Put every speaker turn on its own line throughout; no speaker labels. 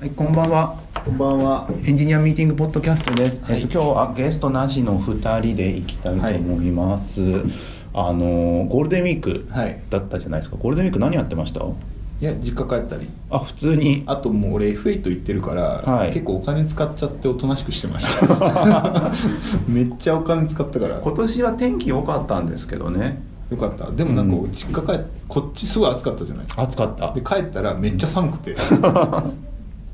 はい、こんばんは。
こんばんは。
エンジニアミーティングポッドキャストです。
はい
えっと、今日はゲストなしの2人で行きたいと思います。あのーゴールデンウィーク
はい
だったじゃないですか。ゴールデンウィーク何やってました
いや、実家帰ったり。
あ、普通に。
あともう俺 F8 行ってるから、
はい
結構お金使っちゃっておとなしくして ました。めっちゃお金使ったから。
今年は天気良かったんですけどね。
よかった。でもなんか
うん
実家帰っこっちすごい暑かったじゃない。
暑かった
で。帰ったらめっちゃ寒く て。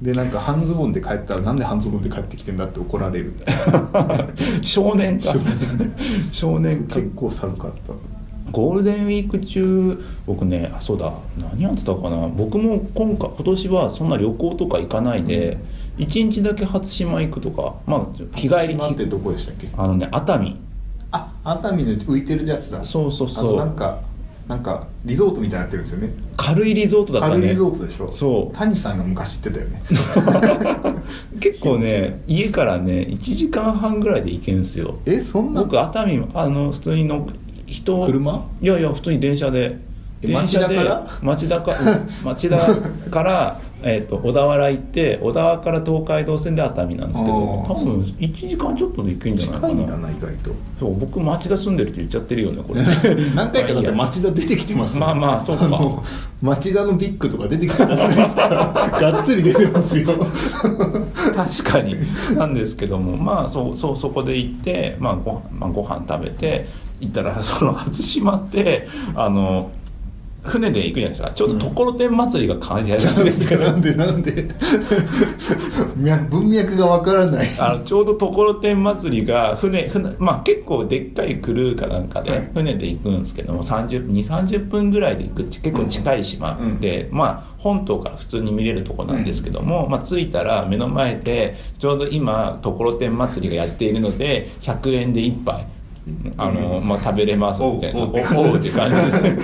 でなんか半ズボンで帰ったらなんで半ズボンで帰ってきてんだって怒 られるみたいな
少年か。少年か。
結構寒かった
ゴールデンウィーク中僕ねあそうだ何やってたかな僕も今回今年はそんな旅行とか行かないで、一1日だけ初島行くとかまあ日帰り
島ってどこでしたっけ
あのね熱海
あ熱海の浮いてるやつだ
そうそう
あの
そ
なん
う
かなんかリゾートみたいになってるんですよね
軽いリゾートだった
軽い
ね
リゾートでしょ
そう
谷さんが昔言って たよね
結構ね家からね1時間半ぐらいで行けんすよ
えそんな
僕熱海あの普通にの人
車
いやいや普通に電車で
え
電車で町田か町田から、 えー、と小田原行って小田原から東海道線で熱海なんですけど
あー
多分1時間ちょっとで行けんじゃない
近
か
いん
な
だな意外 と
そう僕町田住んでるって言っちゃってるよねこれ
何回かだって
まあい
町田出てきてます
まあまあそうか
あの町田のビッグとか出てきてたじゃな いですかがっつり出てますよ
いや 確かになんですけどもまあそうそうそこで行って、まあ、ご飯まあご飯食べて行ったら その初島ってあの船で行くじゃないですかちょうどところてん祭りが感じられるんですけど
なんでなんでみゃ文脈がわからない
あのちょうどところてん祭りが船船、まあ、結構でっかいクルーかなんか
は
で
い
船で行くんですけども30 2 3 0分ぐらいで行くち結構近い島で、まあ、本島から普通に見れるとこなんですけども、まあ、着いたら目の前でちょうど今ところてん祭りがやっているので100円で1杯。あのまあ、食べれますみたいな「おお
おう
う」
おうって感じ
って感じ で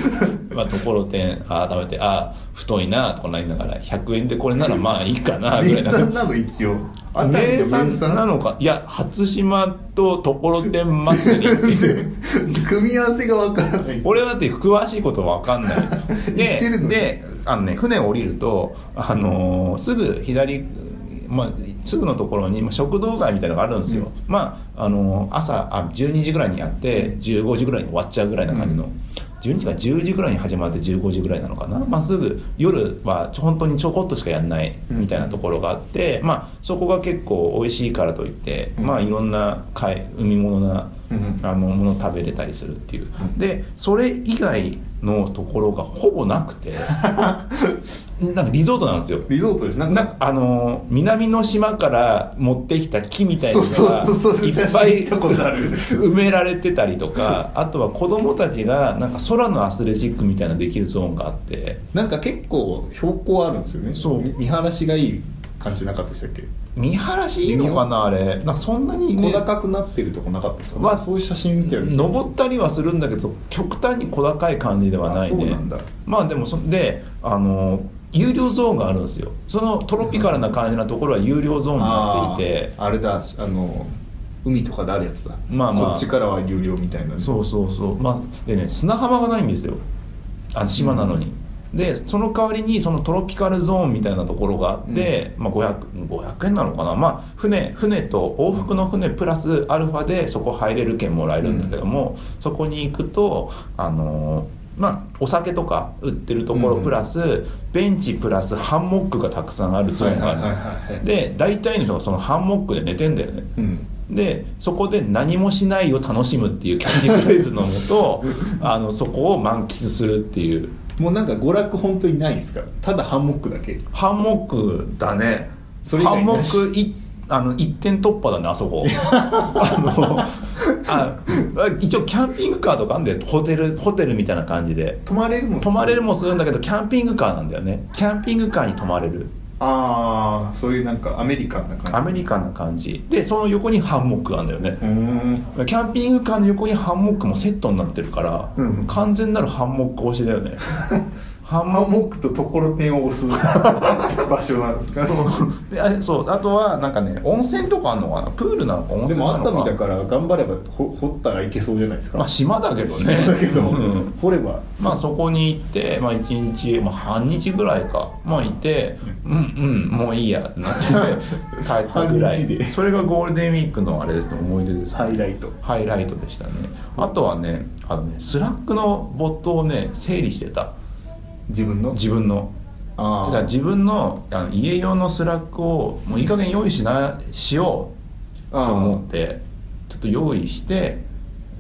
まあところてんああ食べてああ太いなとかなりながら100円でこれならまあいいかなぐら
名
いな
産なの一応熱海
名
の
産
名産
なのかいや初島とところてん祭りってい
全
う
然組み合わせがわからない
俺はだって詳しいことわかん ない
言
で
ってるのに
であのね船を降りると、あのーすぐ左まあ、すぐのところにまあ食堂街みたいなのがあるんですよ、まあ、あのー朝あ12時ぐらいにやって15時ぐらいに終わっちゃうぐらいな感じの、12時か10時ぐらいに始まって15時ぐらいなのかな、まあ、すぐ夜はちょ本当にちょこっとしかやんないみたいなところがあって、まあ、そこが結構美味しいからといって、
うん
まあ、いろんな海海物な
うん
あのもの食べれたりするっていう、
うん
でそれ以外のところがほぼなくて なんかリゾートなんですよ
リゾートですなんか
なあのー南の島から持ってきた木みたいなの
そう
が
そうそうそ
い
れ写
っ
真
ぱい
見たことある
埋められてたりとかあとは子供たちがなんか空のアスレチックみたいなできるゾーンがあって
なんか結構標高あるんですよね
そう
み見晴らしがいい感じなかったでしたっけ
見晴らしいいのかなあれなんかそんなに、ね
小、高くなってるとこなかったですよ、
まあ
そういう写真見てるんです
登ったりはするんだけど極端に小高い感じではない
あそう
ね
なんだ
まあでもそであの有料ゾーンがあるんですよそのトロピカルな感じなところは有料ゾーンになっていて
あーあれだあの海とかであるやつだ
まあまあ
こっちからは有料みたいなね
そうそうそうまあでね砂浜がないんですよあの島なのに、でその代わりにそのトロピカルゾーンみたいなところがあって、まあ、500, 500円なのかなまあ船船と往復の船プラスアルファでそこ入れる券もらえるんだけども、そこに行くとあのーまあ、お酒とか売ってるところプラス、ベンチプラスハンモックがたくさんあるゾーンがある、
はいはいはいはい
で大体の人がそのハンモックで寝てんだよね、
うん
でそこで何もしないを楽しむっていうキャッチフレーズのも とあのそこを満喫するっていう
もうなんか娯楽本当にないですからただハンモックだけ
ハンモックだね
それ以
ハン
外
モ
なし
ックいあの一点突破だねあそ こあのあ一応キャンピングカーとかあんだよホテルホテルみたいな感じで
泊まれるもん
泊まれるもするんだけどキャンピングカーなんだよねキャンピングカーに泊まれる
ああそういうなんかアメリカンな
ア
感
メリカンな感じでその横にハンモックがあるんだよね、
じうーん
キャンピングカーの横にハンモックもセットになってるから、
うん
完全なるハンモック推しだよねハ
ハ
ン
ハン
モ
モ
ッ
ックとところてんを押す 場所なんですか
クであそうあとはなんかね温泉とかあんのかなプールなのか温
で
泉
も
な
熱
の
海
か
だから頑張ればほ掘ったらいけそうじゃないですか、
まあ島だけど ね
だけど、
うん
掘れば
まあそこに行って、まあ、1日、まあ、半日ぐらいかまあいてうんうんもういいやってな って帰ったぐら
半日
い
で
それがゴールデンウィークのあれですね思い出ですね
ハイライト
ハイライトでしたねあとはねあのねスラックのボットをね整理してた
自分の
自分のだ
あ
から自分のあの家用のスラックをもういい加減用意しなしようと思ってちょっと用意して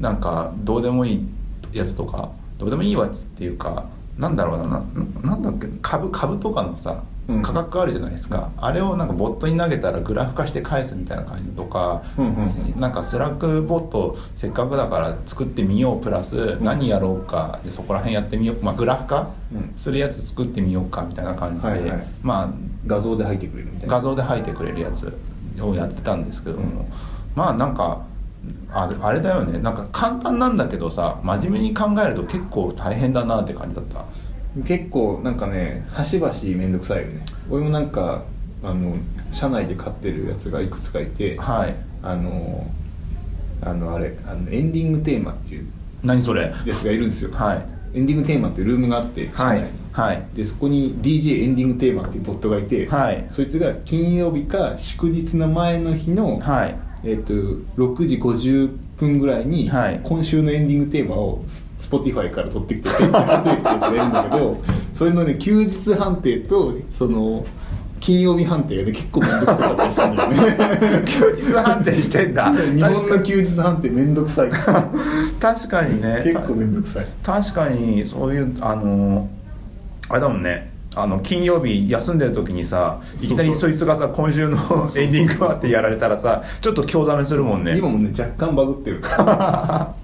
なんかどうでもいいやつとかどうでもいいやつっていうかなんだろうなななんだっけ株株とかのさ
うん
価格あるじゃないですか、あれをなんかボットに投げたらグラフ化して返すみたいな感じとか、
うんうん
なんかスラックボットせっかくだから作ってみようプラス
ん
何やろうかでそこら辺やってみよう、まあ、グラフ化
うん
するやつ作ってみようかみたいな感じで、
はいはい
まあ
画像で入ってくれるみたいな
画像で吐いてくれるやつをやってたんですけども、まあなんかあれあれだよねなんか簡単なんだけどさ真面目に考えると結構大変だなって感じだった
結構なんかね端々めんどくさいよね俺もなんかあの社内で飼ってるやつがいくつかいて
はい
あのあのあれあのエンディングテーマっていう
何それ
やつがいるんですよ、
はい
エンディングテーマってルームがあって社内に、
はい
でそこに DJ エンディングテーマっていうボットがいて、
はい
そいつが金曜日か祝日の前の日の、
はい
えっと6時50分ぐらいに、
はい
今週のエンディングテーマをス Spotify から取ってきて選曲してってやつがいるんだけどそれのね休日判定とその金曜日判定がね結構面倒くさかったりしたんだよね
休日判定してんだ
日本の休日判定めんどくさい
確かにね
結構めんどくさい
確かにそういうあのあれだもんねあの金曜日休んでる時にさいきなり
そうそう
そいつがさ今週の エンディングはってやられたらさちょっと興ざめするもんね
今もね若干バグってるから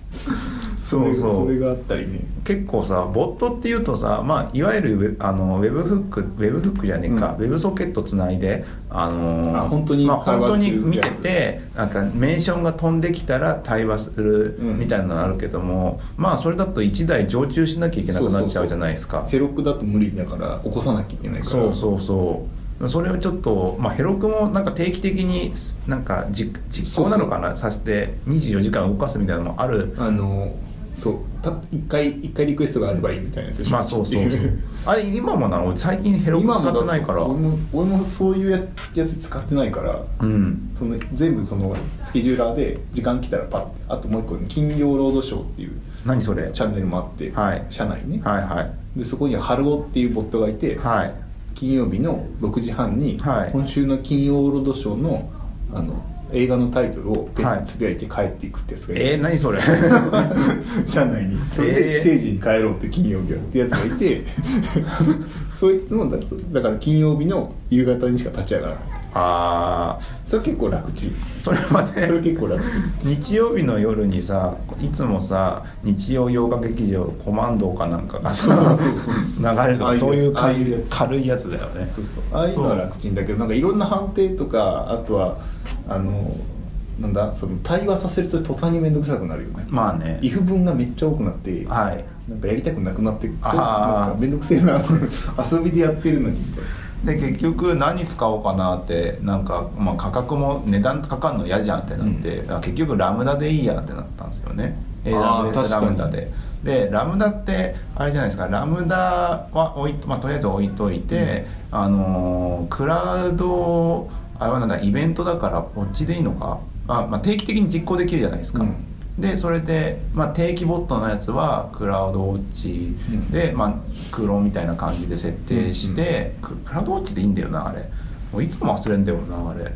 そう
れが
そ
それ
う
があったりね
結構さボットっていうとさ、まあ、いわゆるウェあのウェブフックウェブフックじゃねえか、
う
ウェブソケットつないであの
あ本当に
まあ、
会
本当
話
に
する
見
やつ
ててなんかメンションが飛んできたら対話する
うん
みたいなのあるけども、まあそれだと1台常駐しなきゃいけなくなっちゃうじゃないですか
ヘロクだと無理だから起こさなきゃいけないから
そうそうそうそれをちょっと、まあ、ヘロクもなんか定期的になんかじ実行なのかなさせて24時間動かすみたいなのもある
あのそうた一回一回リクエストがあればいいみたいなやつでしょ
まあそうそうそう あれ今もなの俺最近ヘロク
今も
使
だ
ってないから
俺も俺もそういうややつ使ってないから
うん
その全部そのスケジューラーで時間来たらパッてあともう一個ね金曜ロードショーっていう
何それはい
チャンネルもあって、
はい
社内ね、
は
でそこにはハルオっていうボットがいて、
いはい
金曜日の6時半に、
はい
今週の金曜ロードショーのあの映画のタイトルをペンでつぶやいて帰っていくってやつがいるんです
えー、
よ
何それ
社内にそれ
えー
で定時に帰ろうって金曜日やってやつがい てそいつもだだから金曜日の夕方にしか立ち上がらない
ああ
それ結構楽ちん
それは
そ
ね
れ結構楽ちん
日曜日の夜にさいつもさ日曜洋画劇場コマンドかなんかが
そうそうそうそ
流れると
ああ
か
いう
そういう
ああ
軽
いうや
い
つ
軽いやつだよね
そうそうああいうのは楽ちんだけどなんかいろんな判定とかあとはあのなんだその対話させると途端に面倒くさくなるよね
まあね
if 文がめっちゃ多くなって
はい
なんかやりたくなくなって
あー
なんか面倒くせえな 遊びでやってるのにみたいな
で結局何使おうかなってなんか、まあ、価格も値段かかるの嫌じゃんってなって、あ結局ラムダでいいやってなったんですよね
あー
AWS
確か
ラ
に
ムダででラムダってあれじゃないですかラムダは置い、まあ、とりあえず置いといて、あのークラウドあれはなんだイベントだからこっちでいいのかあ、まあ、定期的に実行できるじゃないですか、
うん
でそれで、まあ、定期ボットのやつはクラウドウォッチで、まあ、クローンみたいな感じで設定して、ククラウドウォッチでいいんだよなあれもういつも忘れんだよなあれ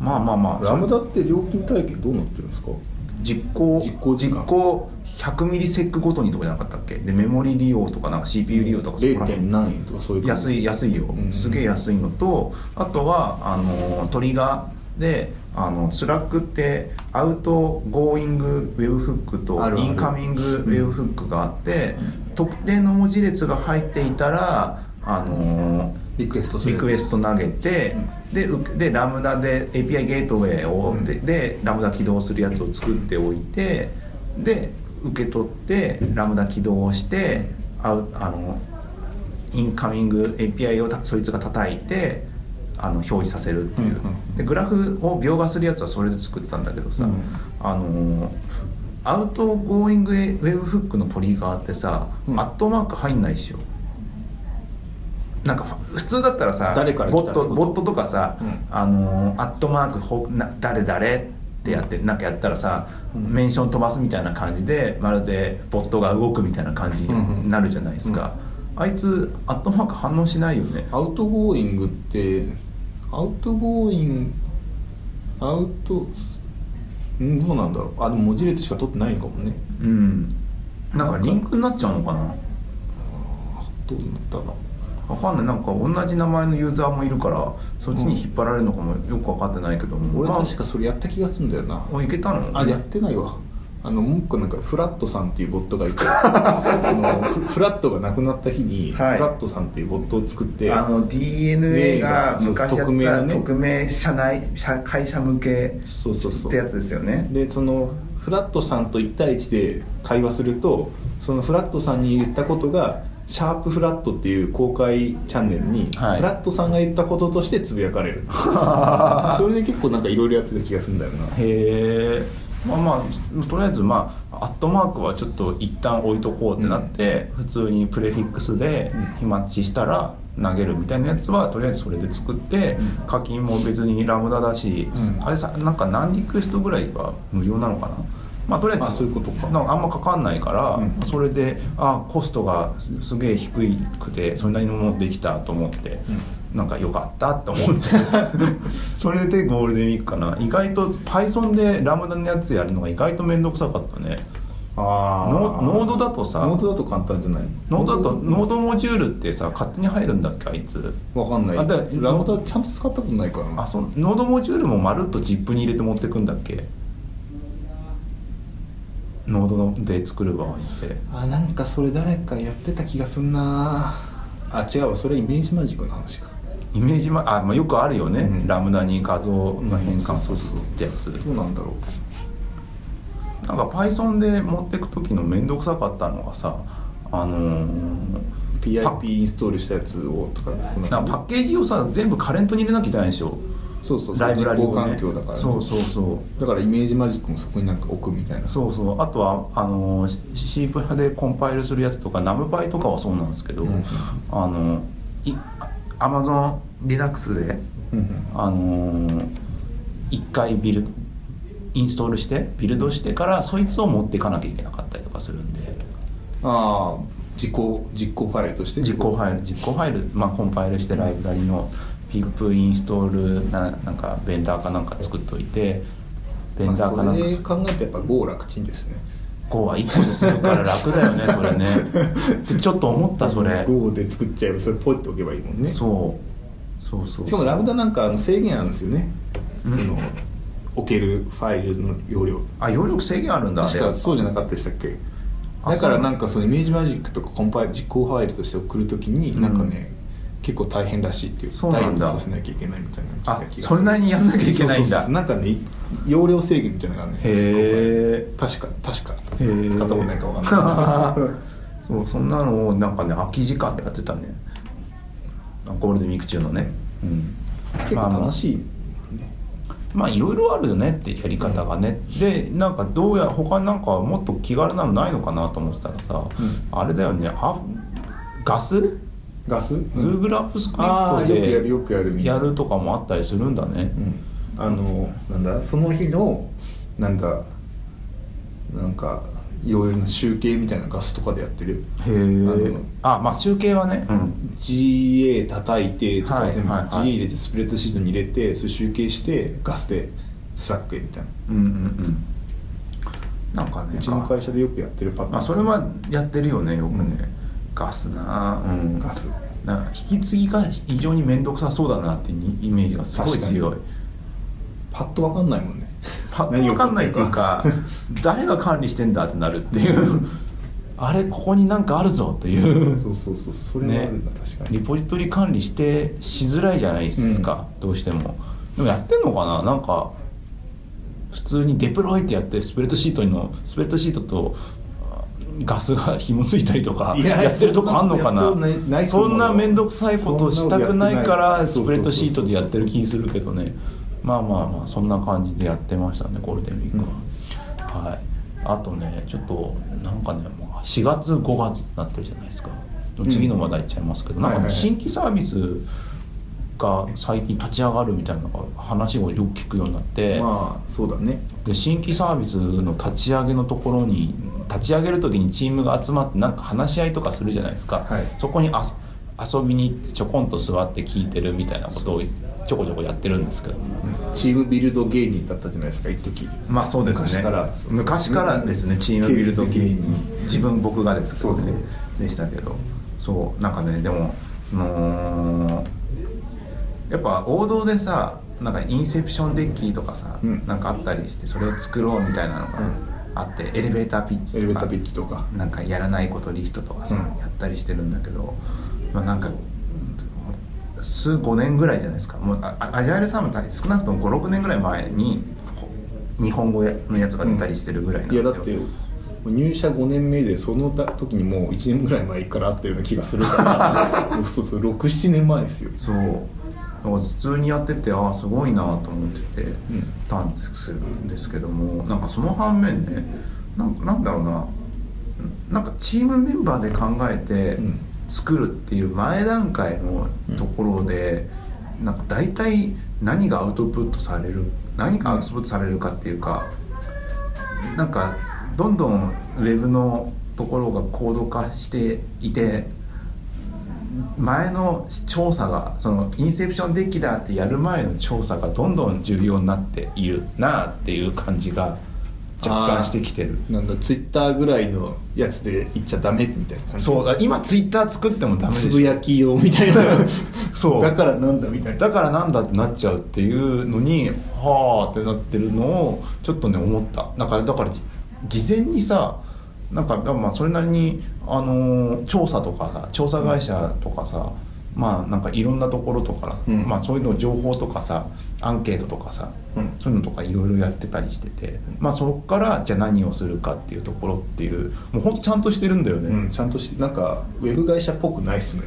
まあまあまあ
ラムダって料金体系どうなってるんですか
実行
実行時間
行100ミリセックごとにとかじゃなかったっけでメモリ利用とかなんか CPU 利用とかそこら辺
0. 何円とかそういう感じ
安い安いよ、
うん
すげえ安いのとあとはあのトリガーであのスラックってアウトゴーイングウェブフックと
あるある
インカミングウェブフックがあって、特定の文字列が入っていたらあの
リクエストする
リクエスト投げて、でうでラムダで API ゲートウェイを、
うん
ででラムダ起動するやつを作っておいてで受け取ってラムダ起動をしてああのインカミング API をたそいつが叩いてあの表示させるっていう、
うんうん
でグラフを描画するやつはそれで作ってたんだけどさ、
うん
あのーアウトゴーイングウェブフックのトリガーってさ、
うん
アットマーク入んないっしょなんか普普通だったらさ
誰から来た
ボ
って
ッ
こ
ト
と
ボットとかさ、
うん
あのーアットマークほな誰誰ってやってなんかやったらさ、
うん
メンション飛ばすみたいな感じでまるでボットが動くみたいな感じになるじゃないですか、あいつアットマーク反応しないよね
アウトゴーイングってアウトゴーインアウトんどうなんだろうあでも文字列しか取ってないのかもね
うんなんかリンクになっちゃうのかな
どうなったか
わかんないなんか同じ名前のユーザーもいるからそっちに引っ張られるのかもよく分かってないけども、
俺
まあ
確かそれやった気がするんだよな
おいけたの
あやってないわあのもう一個なんかフラットさんっていうボットがい てあのフフラットがなくなった日に、
はい
フラットさんっていうボットを作って
あの DNA が昔やっ
匿名
た
のね
匿名社内社会社向け
そうそうそ
っ
う
てやつですよね
でそのフラットさんと1対1で会話するとそのフラットさんに言ったことが「シャープフラット」っていう公開チャンネルに、
はい
フラットさんが言ったこととしてつぶやかれ るそれで結構なんかいろいろやってた気がするんだよな
へえまあまあとりあえずまあアットマークはちょっと一旦置いとこうってなって、普通にプレフィックスで
うん
日マッチしたら投げるみたいなやつはとりあえずそれで作って、
うん
課金も別にラムダだし、
うん
あれさなんか何リクエストぐらいが無料なのかなまあとりあえず
あそういうことか
なんあんまかかんないから、
うん
それであコストがすすげえ低くてそれなりのものできたと思って、なんか良かったって思って それでゴールデンウィークかな意外と Python でラムダのやつやるのが意外と面倒くさかったね
あ
ノノードだとさ
ノードだと簡単じゃない
ノードだとノードモジュールってさ勝手に入るんだっけあいつ
わかんない
あだ
ラムダちゃんと使ったことないからな
あそうノードモジュールもまるっと ZIP に入れて持ってくんだっけノードので作る場合って
あなんかそれ誰かやってた気がすんなあ違うわそれイメージマジックの話か
イメージまあ、まあ、よくあるよね、
うん
ラムダに画像の変換するってやつ、
どうなんだろう
なんか Python で持ってく時の面倒くさかったのがさあのー
PIP インストールしたやつをとか
パなんかパッケージをさ全部カレントに入れなきゃいけないでしょ
そうそう
ライブラリを、
実
ね、
行環境だからね、
そうそうそう
だからイメージマジックもそこになんか置くみたいな
そうそうあとはあのシシープ派でコンパイルするやつとかナムパイとかはそうなんですけど、
うん
あのいアマゾンリラックスで
うんうん
あのー、1回ビルインストールしてビルドしてからそいつを持っていかなきゃいけなかったりとかするんで
ああ実行実行ファイルとして
実行ファイル実行ファイル、まあ、コンパイルしてライブラリの PIP インストールななんかベンダーかなんか作っといてベンダーか
ま
な
あ
ん
そ
か
れで考えてやっぱ5楽ちんですね
5は1個にするから楽だよ ねそれねってちょっと思ったそれ
5で作っちゃえばそれポイっておけばいいもんね
そうそうそう
しかもラムダなんかあの制限あるんですよね、
うん
その置けるファイルの容量
あ容量制限あるんだ
確かそうじゃなかったでしたっけ
あ
だから
そう
なんかそのイメージマジックとかコンパイル実行ファイルとして送るとき
う
に
ん
なんかね、結構大変らしいっていう
そうなんだ
ダイエットさせなきゃいけないみたいなの
あ
聞いた気がする
それなりにやんなきゃいけないんだ
そうそうそうなんかね容量制限みたいなのがね
へー
確か確か
へー
使ったことないかわかん ない
そうそんなのをなんかね空き時間でやってたねあゴールデンウィーク中のね、うん、
結構楽しい、ね
まあいろいろあるよねってやり方がね、でなんかどうや他になんかもっと気軽なのないのかなと思ってたらさ、
う
あれだよねあガス、
ガス、
Google アップスクリ
あ
プ
ーよくや
ト
るよくやるみ
で
たい
や
な
るとかもあったりするんだね、
あのなんだその日のなんだなんかいろいろな集計みたいなガスとかでやってる
へえあまあ集計はね、うん、
GA 叩いてと
は
か
い
全部、
はいはい
GA 入れてスプレッドシートに入れてそれ集計してガスでスラックへみたいな
うんうんうんなんかね
うちの会社でよくやってるパターン
まあそれはやってるよねよくね、
うん
ガスなあうん
ガス
なんか引き継ぎが非常に面倒くさそうだなってにイメージがすごい
確かに
強い
パッとわかんない もんね
パッと分かんないっていうか 誰が管理してんだってなるっていう あれここになんかあるぞとい
何を
う
そうそうそうそれもあるんだ、確かに
リポジトリ管理してしづらいじゃないですか、どうしてもでもやってんのかななんか普通にデプロイってやってスプレッドシートのスプレッドシートとあ
ガスが紐ついたりとか
いや
やってるとこあんのかな
そ
ん
なことないと
そ
思うん
な面倒くさいことしたくないか
そんなことやってな
ら
い
スプレッドシートでやってる気するけどねまあまあまあそんな感じでやってましたねゴールデンウィークは、はいあとねちょっとなんかねもう4月5月になってるじゃないですか次の話題いっちゃいますけど、
うん
なんか、ね
はいはいはい
新規サービスが最近立ち上がるみたいなのが話をよく聞くようになって、
まあそうだね
で新規サービスの立ち上げのところに立ち上げる時にチームが集まってなんか話し合いとかするじゃないですか、
はい
そこにあ遊びに行ってちょこんと座って聞いてるみたいなことをちょこちょこやってるんですけども
チームビルド芸人だったじゃないですか一時
まあそうですね
昔から
昔からですねチームビルド芸人自分僕がですけどね
そう
でしたけどそうなんかねでもそのやっぱ王道でさなんかインセプションデッキとかさ、
うん
なんかあったりしてそれを作ろうみたいなのがあって、エレベーターピッチとか
エレベーターピッチとか
なんかやらないことリストとかさ、
うん
やったりしてるんだけど、まあ、なんか数5年ぐらいじゃないですかもうああアジャイルサム大少なくとも56年ぐらい前にこ日本語のやつが出たりしてるぐらいなん
い
です
や
よ、
だって入社5年目でその時にもう1年ぐらい前からあったような気がす るからもうそうそう67年前ですよ
そうだから普通にやっててああすごいなと思ってて、
ん
たんですけどもなんかその反面ねなんなんだろうななんかチームメンバーで考えて
うん
作るっていう前段階のところで、なんか大体何がアウトプットされる何がアウトプットされるかっていうか、なんかどんどんウェブのところが高度化していて前の調査がそのインセプションデッキだってやる前の調査がどんどん重要になっているなあっていう感じが若干してきてる
なんだツイッターぐらいのやつで言っちゃダメみたいな感じ
そうあ今ツイッター作ってもダメで
つぶ
しょ
やき用みたいな
そう
だからなんだみたいな
だからなんだってなっちゃうっていうのにはあってなってるのをちょっとね思ったなんかだからじ事前にさなんかまあそれなりに、あのー調査とかさ調査会社とかさ、まあなんかいろんなところとか、
うん
まあそういうの情報とかさアンケートとかさ、
うん
そういうのとかいろいろやってたりしてて、まあそこからじゃあ何をするかっていうところっていうもうほんとちゃんとしてるんだよね、
うん、ちゃんとしてなんかウェブ会社っぽくないっすね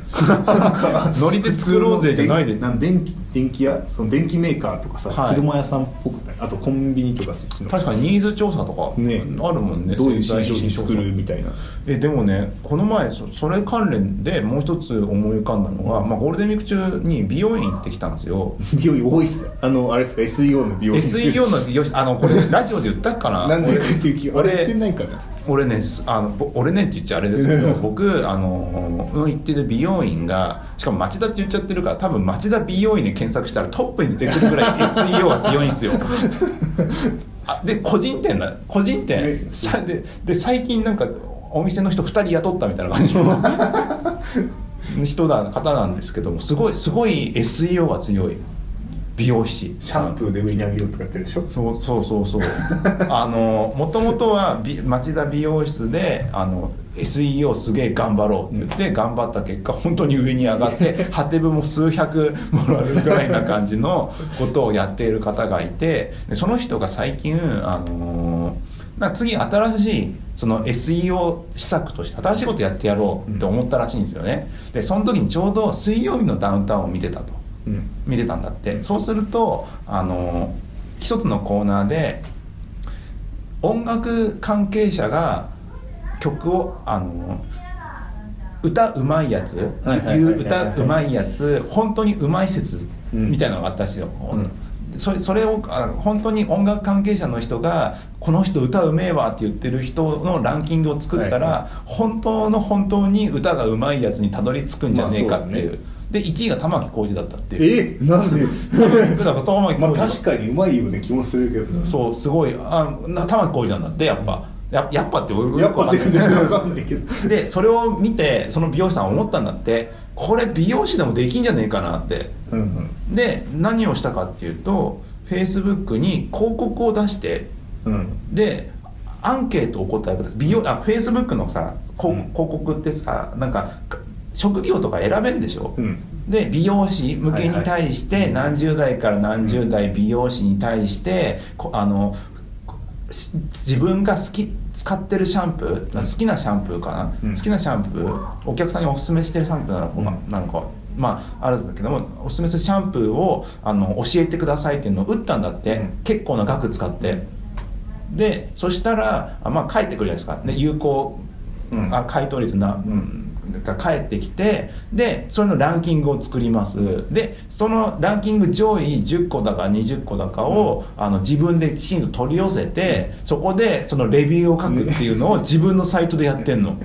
ノリで作ろうぜじゃないで
なん電気電気屋その電気メーカーとかさ、
はい
車屋さんっぽくないあとコンビニとかそっちの
確かにニーズ調査とかあ
ね
るもんね
どういう
潜
新
在
商品
意識
作るみたいな
えでもねこの前そそれ関連でもう一つ思い浮かんだのが、まあ、ゴールデンウィーク中に美容院行ってきたんですよ
美容院多いっすねあのあれですか SEO の美容院
SEO の美容室あのこれラジオで言ったかな
なんでかっていう気あれやって
俺
ないかな
俺ねすあのぼ俺ねって言っちゃあれですけど僕あのの行ってる美容院がしかも町田って言っちゃってるから多分町田美容院で検索したらトップに出てくるぐらい SEO が強いんですよあで個人店だ個人
え
店さでで最近なんかお店の人2人雇ったみたいな感じの人だ方なんですけどもすごいすごい SEO が強い美容師
シャンプーで上に上げようとかやってるでしょ
そうそうそうそうあのもともとはび町田美容室であの SEO すげえ頑張ろうって言って頑張った結果本当に上に上がって果て部も数百もらえるぐらいな感じのことをやっている方がいてでその人が最近あのーなんか次新しいその SEO 施策として新しいことやってやろうって思ったらしいんですよねでその時にちょうど水曜日のダウンタウンを見てたと。
うん
見てたんだってそうするとあの一つのコーナーで音楽関係者が曲をあの歌うまいやつ
はいはいはいはい
いう歌うまいやつ本当にうまい説
うん
みたいなのがあったんですよ、
うん
それそれをあの本当に音楽関係者の人が「この人歌うめえわ」って言ってる人のランキングを作ったら、
はい
本当の本当に歌がうまいやつにたどり着くんじゃねえかっていう,、
まあそうだね
で1位が玉置浩二だったっていう
えなんで
だから玉置
まあ
浩二
確かにうまいような気もするけどな
そうすごいあな玉置浩二なんだってやっぱややっぱって俺
やっぱ
よく
全
わかん
然
ない
わかんないけど
でそれを見てその美容師さんは思ったんだってこれ美容師でもできんじゃねえかなって
うんうん
で何をしたかっていうとフェイスブックに広告を出して
うん
でアンケートを答えください美容あフェイスブックのさ広広告ってさなんかか職業とか選べんでしょ、
うん
で美容師向けに対して、何十代から何十代美容師に対して、こあのし自分が好き使ってるシャンプー好きなシャンプーかな、
うん
好きなシャンプーお客さんにお勧めしてるシャンプーなのか,、なのかまああるんだけどもおすすめするシャンプーをあの教えてくださいっていうのを打ったんだって、
うん
結構な額使ってでそしたらあまあ帰ってくるじゃないですかで有効、
うん
あ回答率な、うん、が返ってきてでそれのランキングを作りますでそのランキング上位10個だか20個だかを、あの自分できちんと取り寄せて、そこでそのレビューを書くっていうのを自分のサイトでやってんの。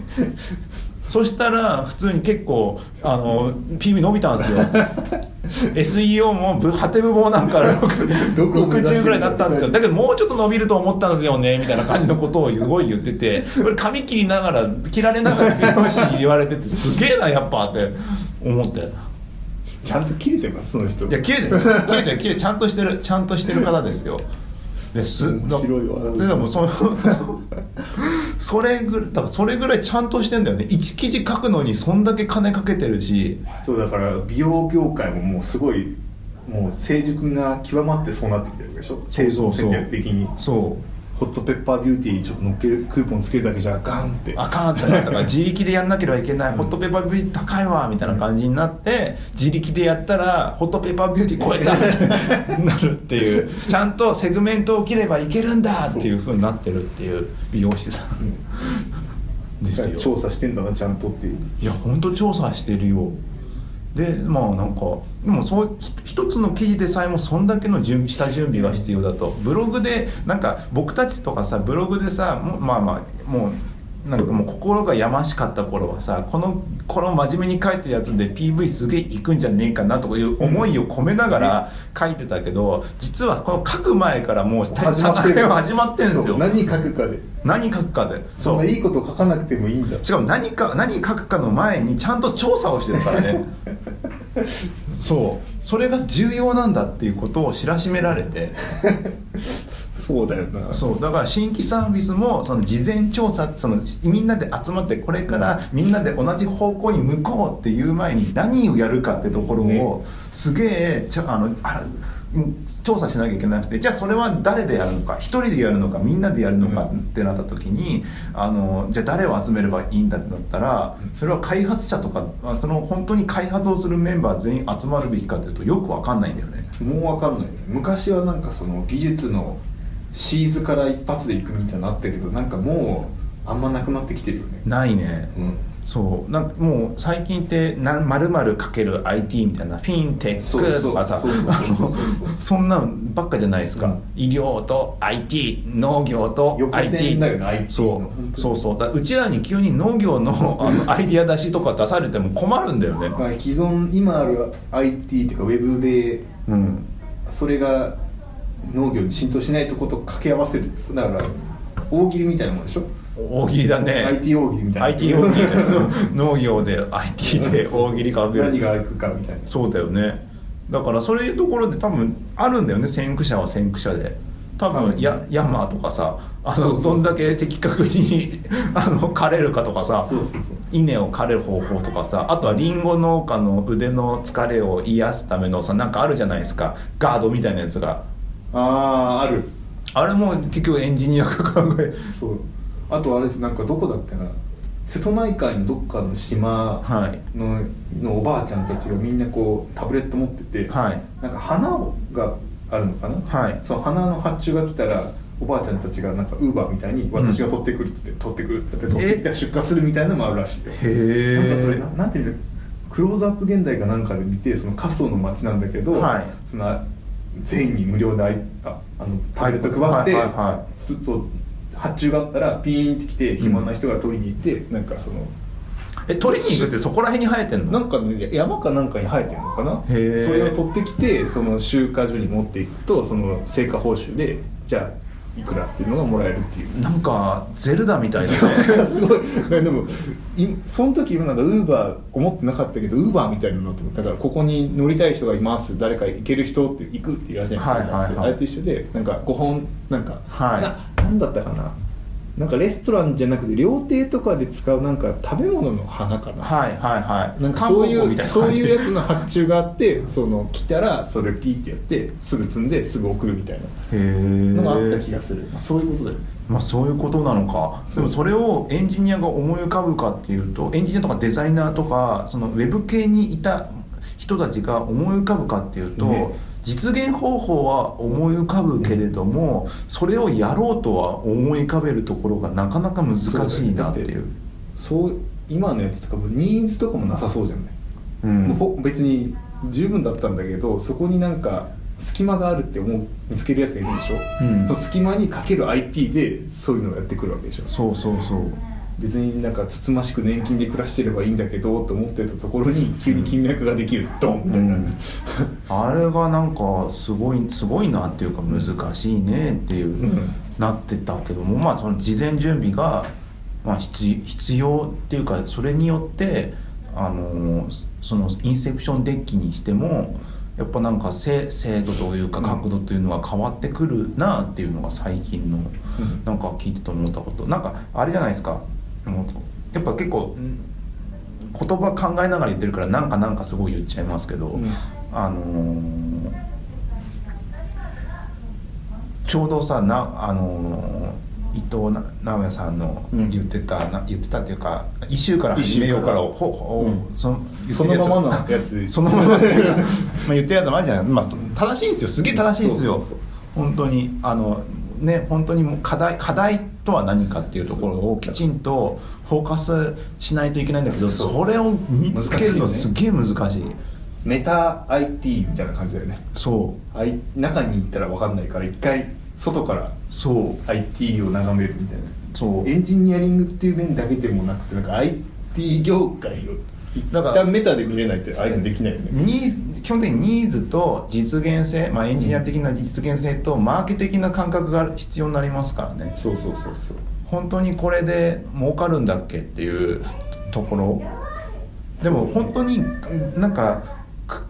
そしたら普通に結構あの PV 伸びたん ですよ SEO もぶ果て無謀なんから
どこを目指してる
60ぐらいになったんですよだけどもうちょっと伸びると思ったんですよねみたいな感じのことをすごい言っててこれ髪切りながら切られながら美容師に言われててすげえなやっぱって思ってい
ちゃんと切れてますその人
や切れてる切れてる切れちゃんとしてるちゃんとしてる方ですよです
面白いわ
ででもそのそれぐらいだからそれぐらいちゃんとしてんだよね一記事書くのにそんだけ金かけてるし
そうだから美容業界ももうすごいもう成熟が極まってそうなってきてるわけでしょ製造戦略的に
そう
ホットペッパービューティーちょっと乗っけるクーポンつけるだけじゃあかんって
あかんってなったから自力でやんなければいけないホットペッパービューティー高いわみたいな感じになって自力でやったらホットペッパービューティー超えたってなるっていうちゃんとセグメントを切ればいけるんだっていうふうになってるっていう美容師さんですよ
調査してんだなちゃんとっていう
いや本当調査してるよでまあなんかでもそうひ一つの記事でさえもそんだけの準備した準備が必要だとブログでなんか僕たちとかさブログでさもうまあまあもうなんかもう心がやましかった頃はさこのこの真面目に書いてるやつで PV すげえいくんじゃねえかなとかいう思いを込めながら書いてたけど実はこの書く前からもう
始まってる
戦いは始まってんです
そう
よ
何書くかで
何書くかで
そんないいこと書かなくてもいいんだ
しかも何か何書くかの前にちゃんと調査をしてるからね そうそれが重要なんだっていうことを知らしめられて
そうだよな
そうだから新規サービスもその事前調査そのみんなで集まってこれからみんなで同じ方向に向こうっていう前に何をやるかってところを、
ね
すげえちゃあのあらうん調査しなきゃいけなくてじゃあそれは誰でやるのか一人でやるのかみんなでやるのか
うん
ってなった時に、あのじゃあ誰を集めればいいんだってなったらそれは開発者とかあその本当に開発をするメンバー全員集まるべきかっていうとよくわかんないんだよね。
もう分かんないよね昔はなんかその美術のシーズから一発で行くみたいになってるけどなんかもうあんまなくなってきてるよね
ないね
うん
そうなんかもう最近ってな〇〇かける IT みたいなフィンテ
そうそう
ックとかさ
そうそうそうそう
あのそんなんばっかじゃないですか、
うん
医療と IT 農業と
横転
IT
だよね IT の
そ
本当
う
に
そうそうだうちらに急に農業 のあのアイディア出しとか出されても困るんだよね
まあ既存今ある IT とかウェブで
うん
それが農業に浸透しないとこと掛け合わせるだから大喜利みたいなもんでしょ、
大喜利だね
IT 大喜利みたいな
IT 大喜利 農業で IT で大喜利かける
何がいくかみたいな
そうだよねだからそういうところで多分あるんだよね先駆者は先駆者で多分や山とかさあ
そう
の
そうそう
どんだけ的確に あの枯れるかとかさ
そうそうそう
稲を枯れる方法とかさあとはリンゴ農家の腕の疲れを癒すためのさなんかあるじゃないですかガードみたいなやつが
ああーある
あれも結局エンジニアが考え
そうあとあれですなんかどこだっけな瀬戸内海のどっかの島
はい
の,、のおばあちゃんたちがみんなこうタブレット持ってて、
はい
なんか花をがあるのかな、
はい
その花の発注が来たらおばあちゃんたちがなんかウーバーみたいに私が取ってくるっつって、取ってくるって言って取ってきたら出荷するみたいなのもあるらしいで
へ
なんかそれ
え
ななんていうんだクローズアップ現代かなんかで見てその過疎の町なんだけど、
はい
その全員に無料であいああのタブレット配って、
はいはいは
ずっと発注があったらピーンって来て暇な人が取りに行って、なんかその
え取りに行くってそこら辺に生えてんの
なんかね山かなんかに生えてるのかなそ
へー
れを取ってきてその集荷所に持っていくとその成果報酬でじゃあいくらっていうのがもらえるっていう
なんかゼルダみたいなね
すごいでもいその時今なんかウーバー思ってなかったけどウーバーみたいなのってだからここに乗りたい人がいます誰か行ける人って行くっていう話じゃないですか、
はいはいはい
あれと一緒でなんか5本なんか、
はい
ななんだったかななんかレストランじゃなくて料亭とかで使うなんか食べ物の花かな、
はいはいはい
なんかそうい
タンポポみ
う
たいな
そう
感じ
いうやつの発注があってその来たらそれピーってやってすぐ積んですぐ送るみたいな
へえ
のがあった気がする、そういうことだよね
まあ、そういうことなのかでもそれをエンジニアが思い浮かぶかっていうとエンジニアとかデザイナーとかそのウェブ系にいた人たちが思い浮かぶかっていうと、
ね
実現方法は思い浮かぶけれども、それをやろうとは思い浮かべるところがなかなか難しいなっていう。
そう今のやつとかもニーズとかもなさそうじゃない、
うん
もうほ別に十分だったんだけどそこになんか隙間があるって思う見つけるやつがいるんでしょ、
うん
その隙間にかける IT でそういうのをやってくるわけでしょ
そうそうそう
別になんかつつましく年金で暮らしてればいいんだけどと思ってたところに急に金脈ができる、ドンみたいな、
うんあれがなんかすごいすごいなっていうか難しいねっていう、
うん
なってたけどもまあその事前準備が、まあ、必必要っていうかそれによってあのーそのインセプションデッキにしてもやっぱなんか精精度というか
うん
角度というのが変わってくるなっていうのが最近の
ん
なんか聞いてて思ったことなんかあれじゃないですかもうやっぱ結構ん言葉考えながら言ってるからなんかなんかすごい言っちゃいますけど、
うん
あのーちょうどさなあのー伊藤な直哉さんの
うん
言ってた、な言ってたっていうか「一周から始めようから」をほほ、
うん
その
そのままのやつ
そのまままあ言ってるやつもあるじゃない、まあ、正しいんですよすげえ正しいんですよ
そうそうそう
本当にあのね本当にもう課題課題とは何かっていうところをきちんとフォーカスしないといけないんだけど
そ
そ
う
れを見つけるのすげえ難しい
メタ IT みたいな感じだよね
そう
あい中に行ったら分かんないから一回外から
そう
IT を眺めるみたいな
そう
エンジニアリングっていう面だけでもなくてなんか IT 業界を一旦メタで見れないってあれできないよね
に基本的にニーズと実現性、まあ、エンジニア的な実現性とマーケ的な感覚が必要になりますからね
そうそうそうそう
本当にこれで儲かるんだっけっていうところでも本当になんかく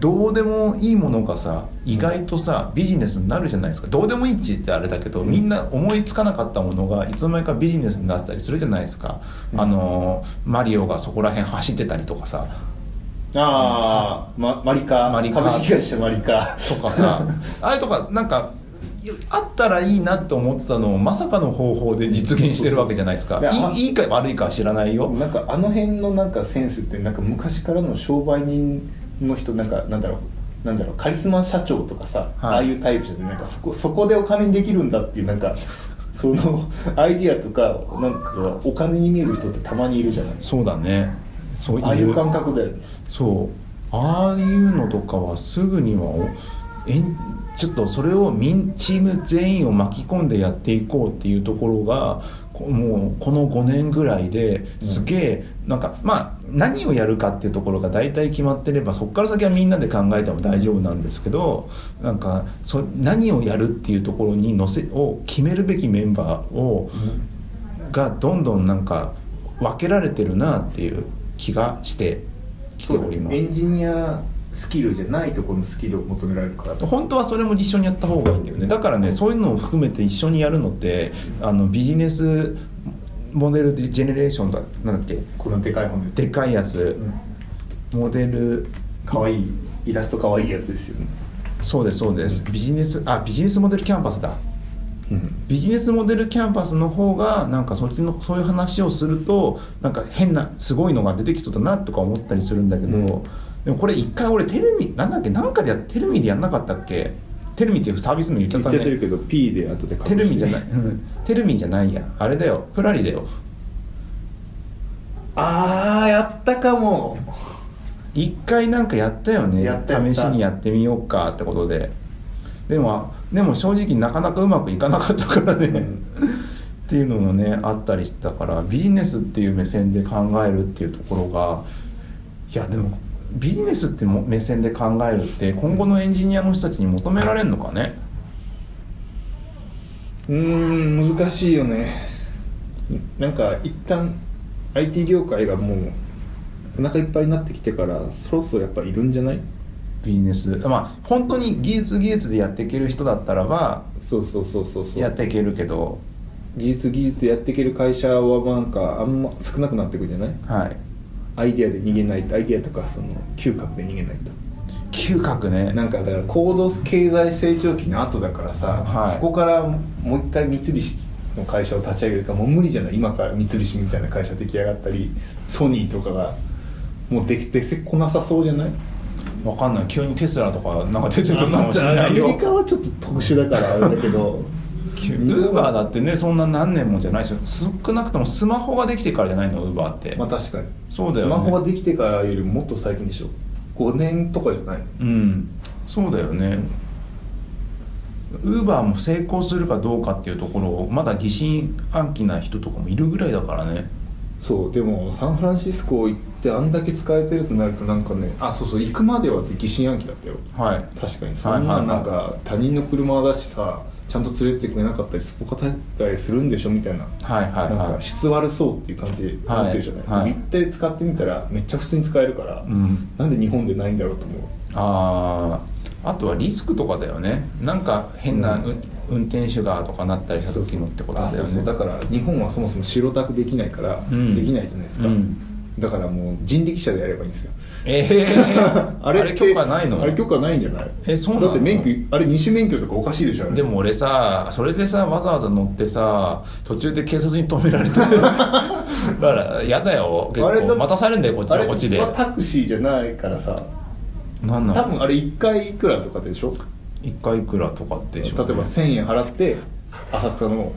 どうでもいいものがさ意外とさビジネスになるじゃないですかどうでもいいって言ってあれだけどみんな思いつかなかったものがいつの間にかビジネスになったりするじゃないですか、あのーマリオがそこら辺走ってたりとかさ
ああ、ま、マリカ
マリカ
株式会社マリカ
とか さあれとかなんかよあったらいいなって思ってたのをまさかの方法で実現してるわけじゃないですか
そうそうそう
いいいいか悪いかは知らないよ
なんかあの辺のなんかセンスってなんか昔からの商売人の人なんかなんだろうなんだろうカリスマ社長とかさ、
はい
ああいうタイプじゃないなんかそこそこでお金にできるんだっていうなんか そのアイディアとかなんかお金に見える人ってたまにいるじゃない
そうだねそう
ああい
る
う感覚だよね
そうああいうのとかはすぐにはおえんちょっとそれをみんチーム全員を巻き込んでやっていこうっていうところがこもうこの5年ぐらいですげえ、なんかまあ何をやるかっていうところが大体決まってればそこから先はみんなで考えても大丈夫なんですけどなんかそ何をやるっていうところにのせを決めるべきメンバーを、がどんどんなんか分けられてるなっていう気がしてきております
エンジニアスキルじゃないところのスキルを求められるからと
本当はそれも一緒にやった方がいいんだよねだからねそういうのを含めて一緒にやるのってあのビジネスモデルジェネレーションだなんだっけ
このでかい本で
でかいやつ
うん
モデル
かわいいイラストかわいいやつですよね
そうですそうですビジネスあビジネスモデルキャンパスだ
うん
ビジネスモデルキャンパスの方がなんかそっちのそういう話をするとなんか変なすごいのが出てきそうだなとか思ったりするんだけど、
うん
でもこれ一回俺テルミなんだっけなんかでやテルミでやんなかったっけテルミっていうサービス名言っちゃ
言
っ
ったちゃってる
ね
けど P で後で隠して
テルミじゃない、うん、テルミじゃないやあれだよプラリだよ
ああやったかも
一回なんかやったよね
やったやった
試しにやってみようかってことででもでも正直なかなかうまくいかなかったからね、
ん
っていうのもねあったりしたからビジネスっていう目線で考えるっていうところがいやでもビジネスっても目線で考えるって今後のエンジニアの人たちに求められるのかね
うーん難しいよねなんか一旦 IT 業界がもうお腹いっぱいになってきてからそろそろやっぱいるんじゃない
ビジネスまあ本当に技術技術でやっていける人だったらば
そうそうそうそうそう
やっていけるけど
技術技術でやっていける会社はなんかあんま少なくなってくんじゃない
はい
アイデアで逃げないとアイデアとかその嗅覚で逃げないと
嗅覚ね
なんかだから高度経済成長期の後だからさ、
はい
そこからもう一回三菱の会社を立ち上げるとかもう無理じゃない今から三菱みたいな会社出来上がったりソニーとかがもうできてこなさそうじゃない
わかんない急にテスラとかなんか出てくるか
ま
もしれ
あア
な
メ
い
リ
よ
カはちょっと特殊だからあれだけ ど
急にウーバーだってねそんな何年もじゃないでしょ少なくともスマホができてからじゃないのウーバーって、
まあ確かに
そうだよ
ス
ね
マホができてからよりももっと最近でしょ5年とかじゃないの
うんそうだよねウーバーも成功するかどうかっていうところをまだ疑心暗鬼な人とかもいるぐらいだからね
そうでもサンフランシスコ行ってあんだけ使えてるとなるとなんかねあそうそう行くまではって疑心暗鬼だったよ
はい
確かにそん
は
ない
はいは
ないんか他人の車だしさちゃんと連れてってくれなかったりスポカたりするんでしょみたいな
はいはいはい
なんか質悪そうっていう感じで
はい
なってるじゃない、
はい
行って使ってみたらめっちゃ普通に使えるから、
うん
なんで日本でないんだろうと思う
あーあとはリスクとかだよねなんか変な、
うん
う運転手がとかなったりした時のってことだよね
あそうそうだから日本はそもそも白タクできないから、
ん
できないじゃないですか、
うん
だからもう人力車でやればいいんですよ
えーあれ
って
許可ないの
あれ許可ないんじゃない
えそうなの
だって免許あれ二種免許とかおかしいでしょあれ
でも俺さそれでさわざわざ乗ってさ途中で警察に止め られてだからやだよ結
あれだ
構待たされんだよこっち
あ
は
れ
こっちで
はタクシーじゃないからさ
なんな
多
の
分あれ1回いくらとかでしょ
1回いくらとかで
例
し
え
ょ
ば1000円払って浅草の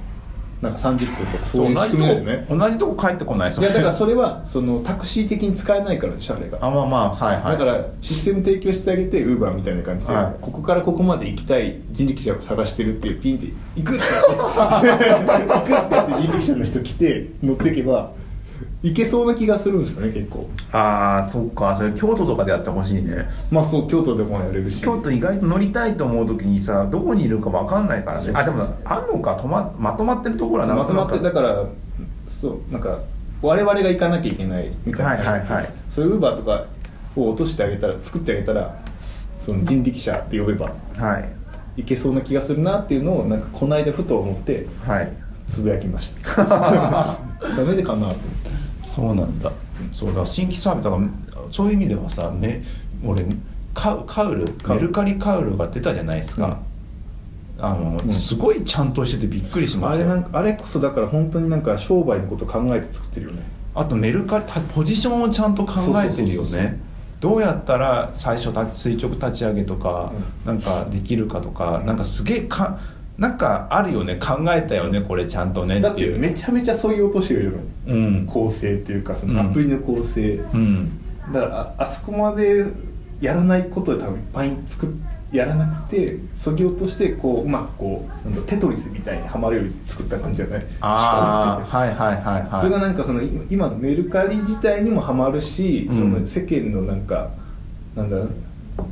なんか30分とかそういう
同
仕
じ
組みだよね
とこ同じとこ帰ってこないそ
い
れ
やだからそれはそのタクシー的に使えないからでしょあれが
あまあまあはいはい
だからシステム提供してあげてウーバーみたいな感じで、
はい
ここからここまで行きたい人力車を探してるっていうピンって 行くって行くってやって人力車の人来て乗ってけば行けそうな気がするんですよね結構
ああそっかそれ京都とかでやってほしいね
まあそう京都でもやれるし
京都意外と乗りたいと思う時にさどこにいるか分かんないからねあでもあんのかとままとまってるところはな
ま
く
と
な
ま
っ
ったてだからそうなんか我々が行かなきゃいけないみたいな、
はいはいはい
そういうウーバーとかを落としてあげたら作ってあげたらその人力車って呼べば
はい
いけそうな気がするなっていうのをなんかこの間ふと思って
はい
つぶやきまし たダメでかなと思って
そうなんだそうだ新規サービスだからそういう意味ではさね俺カウカウル
カウ
メ
ル
ルカリカウルが出たじゃないですか、あの、
ん
すごいちゃんとしててびっくりしま
あ
し
れ
た
な
よ
んかあれこそだから本当になんか商売のこと考えて作ってるよね
あとメルカリたポジションをちゃんと考えてるよ
そうそうそうそう
ねどうやったら最初立ち垂直立ち上げとか、
う
なんかできるかとかなんかすげえかなんかあるよね考えたよねこれちゃんとね
だ
っ
ってて
いう
めちゃめちゃそういう落としを入れる
うん
構成っていうかそのアプリの構成、
うん
だからああそこまでやらないことで多分いっぱい作っやらなくてそぎ落としてこううまくこうなんだテトリスみたいにはまるように作った感じじゃない
ああ
思考って
はいはいはいはい
それがなんかそのい今のメルカリ自体にもはまるし、
うん
その世間のなんかなんだ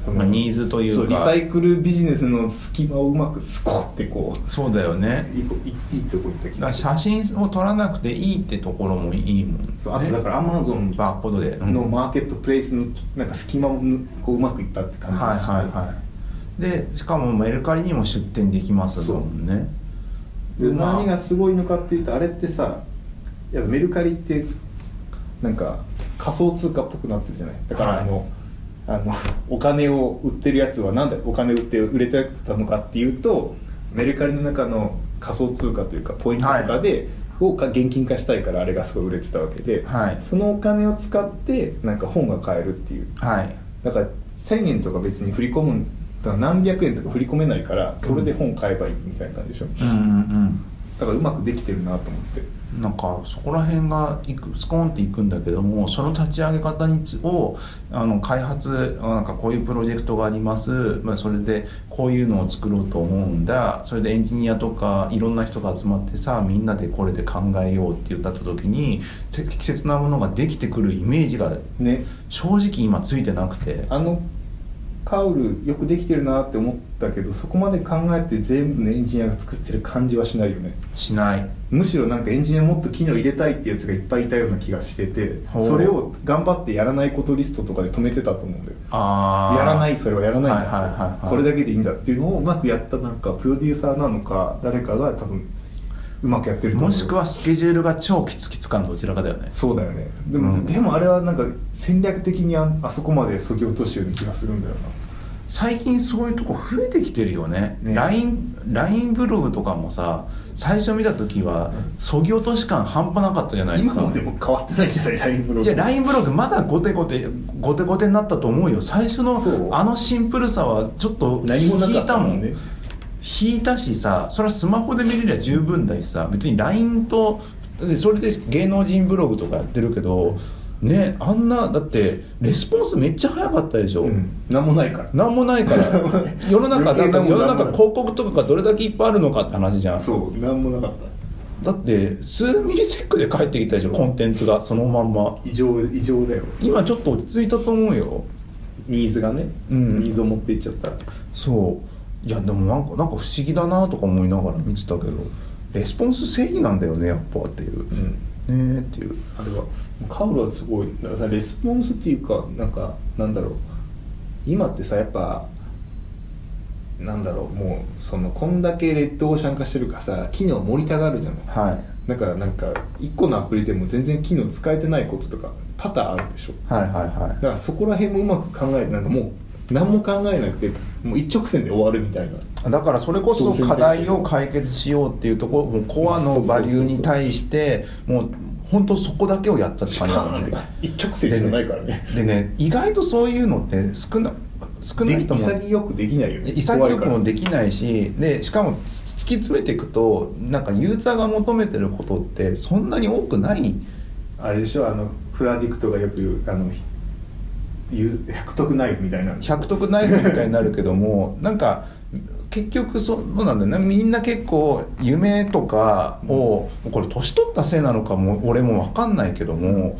その
まあニーズというか
そうリサイクルビジネスの隙間をうまくスコってこう
そうだよね
いいこいいいいとこ行った気
だか
が
ら
す
写真を撮らなくていいってところもいいもん、ね、
るそうあとだからアマゾン
バーコードで、うん
のマーケットプレイスのなんか隙間もこううまくいったって感じ
はい
ですね
はいはいでしかもメルカリにも出店できますもんね
で
まあ
何がすごいのかっていうとあれってさやっぱメルカリってなんか仮想通貨っぽくなってるじゃないだから
はい
あの,、あのお金を売ってるやつはなんでお金売って売れてたのかっていうとメルカリの中の仮想通貨というかポイントとかで、をか現金化したいからあれがすごい売れてたわけで、
はい
そのお金を使ってなんか本が買えるっていう
はい
だから1000円とか別に振り込むだから何百円とか振り込めないからそれで本買えばいいみたいな感じでしょ、
うんうん
だからうまくできてるなと思って
うんなんかそこら辺がいくスコーンっていくんだけどもその立ち上げ方につをあの開発あなんかこういうプロジェクトがあります、まあ、それでこういうのを作ろうと思うんだそれでエンジニアとかいろんな人が集まってさみんなでこれで考えようって言った時に適切なものができてくるイメージが
ね
正直今ついてなくて
あのカウルよくできてるなって思ったけどそこまで考えて全部のエンジニアが作ってる感じはしないよね
しない
むしろなんかエンジニアもっと機能入れたいってやつがいっぱいいたような気がしてて
ほう
それを頑張ってやらないことリストとかで止めてたと思うんだよ
あー
やらないそれはやらないんだ、
はいはいはいはい
これだけでいいんだっていうのをうまくやったなんかプロデューサーなのか誰かが多分うまくやってると思う
もしくはスケジュールが超きつきつかのどちらかだよね
そうだよねでも、
うん
でもあれはなんか戦略的にああそこまでそぎ落としてるような気がするんだよな
最近そういうとこ増えてきてるよね
ね
LINE, LINE ブログとかもさ最初見た時はそぎ落とし感半端なかったじゃないです
今
か
もでも変わってないじゃないラインブログ
いや LINE ブログまだゴテゴテゴテゴテになったと思うよ最初
そう
のあのシンプルさはちょっと
何もな
引
か
い
ったた
も
も
ん
んね
引いたしさそれはスマホで見れりゃ十分だしさ別に LINE と
でそれで芸能人ブログとかやってるけどねあんなだってレスポンスめっちゃ早かったでしょ、
うん何もないから
なんもないから 世の中だ
余計
って
なもん
世の
なんも
中
ない
広告とかがどれだけいっぱいあるのかって話じゃん
そう何もなかった
だって数ミリセックで帰ってきたでしょコンテンツがそのまんま
異常異常だよ
今ちょっと落ち着いたと思うよ
ニーズがね、
うん
ニーズを持っていっちゃったら
そういやでもなんかなんか不思議だなとか思いながら見てたけどレスポンス正義なんだよねやっぱっていう、
ん
ねえっていう
あれはカウルはすごいだからさレスポンスっていうかなんかなんだろう今ってさやっぱなんだろうもうそのこんだけレッドオーシャン化してるからさ機能盛りたがるじゃない
はい
だからなんか1個のアプリでも全然機能使えてないこととか多々あるでしょ
はいはいは
だからそこら辺もうまく考えてなんかもう何も考えなくてもう一直線で終わるみたいない
だからそれこそ課題を解決しようっていうところもうコアのバリューに対してもう本当そこだけをやったって
パ
感じな
ーン
の
って
ね
一直線じゃないからね
でね意外とそういうのって少な少ないと
で
思う
潔くできないよね怖
潔
いか
く
ら
もできないしでしかもつ突き詰めていくとなんかユーザーが求めてることってそんなに多くない
あれでしょあのフラディクトがよく言うあのひゆず百得ナイフみたいな
百得ないみたいになるけどもなんか結局そうなんだよねみんな結構夢とかをこれ年取ったせいなのかも俺も分かんないけども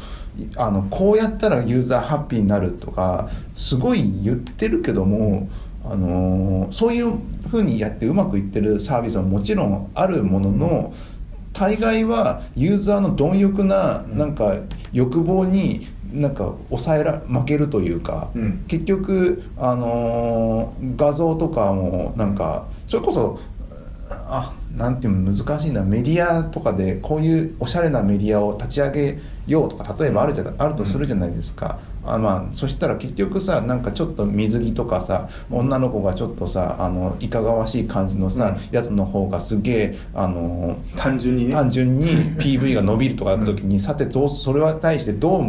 あのこうやったらユーザーハッピーになるとかすごい言ってるけども。あのーそういうふうにやってうまくいってるサービスはもちろんあるものの大概はユーザーの貪欲ななんか欲望になんか抑えら負けるというか、
うん
結局、あのー画像とかもなんかそれこそあなんていうの難しいなメディアとかでこういうおしゃれなメディアを立ち上げようとか例えばあるじゃなあるとするじゃないですか、あまあ、そしたら結局さなんかちょっと水着とかさ女の子がちょっとさあのいかがわしい感じのさ、やつの方がすげえあのー
単純にね
単純に PV が伸びるとかだった時に、さてどうそれは対してどう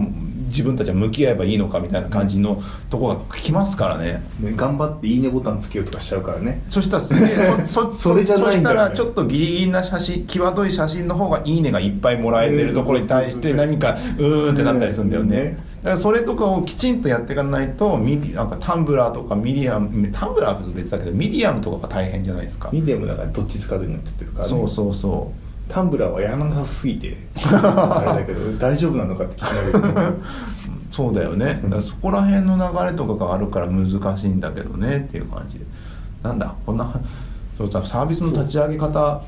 自分たちは向き合えばいいのかみたいな感じのとこが来ますからね。
ね頑張って「いいね」ボタンつけようとかしちゃうからね
そしたらすげ えそそ
それじゃないんだよ
そし
ね
たらちょっとギリギリな写真際どい写真の方が「いいね」がいっぱいもらえてるところに対して
うんそうそ
何
うそう
かうーんってなったりするんだよね。
うんね
だからそれとかをきちんとやっていかないとミディなんかタンブラーとかミディアムタンブラーは別だけどミディアムとかが大変じゃないですか。
ミディアムだからどっちつかずになっちゃってるから、ね、
そうそうそ
タンブラーはやらなさすぎ てあれだけど大丈夫なのかって聞きながら
うそうだよねだからそこら辺の流れとかがあるから難しいんだけどねっていう感じでなんだこんなそうさサービスの立ち上げ方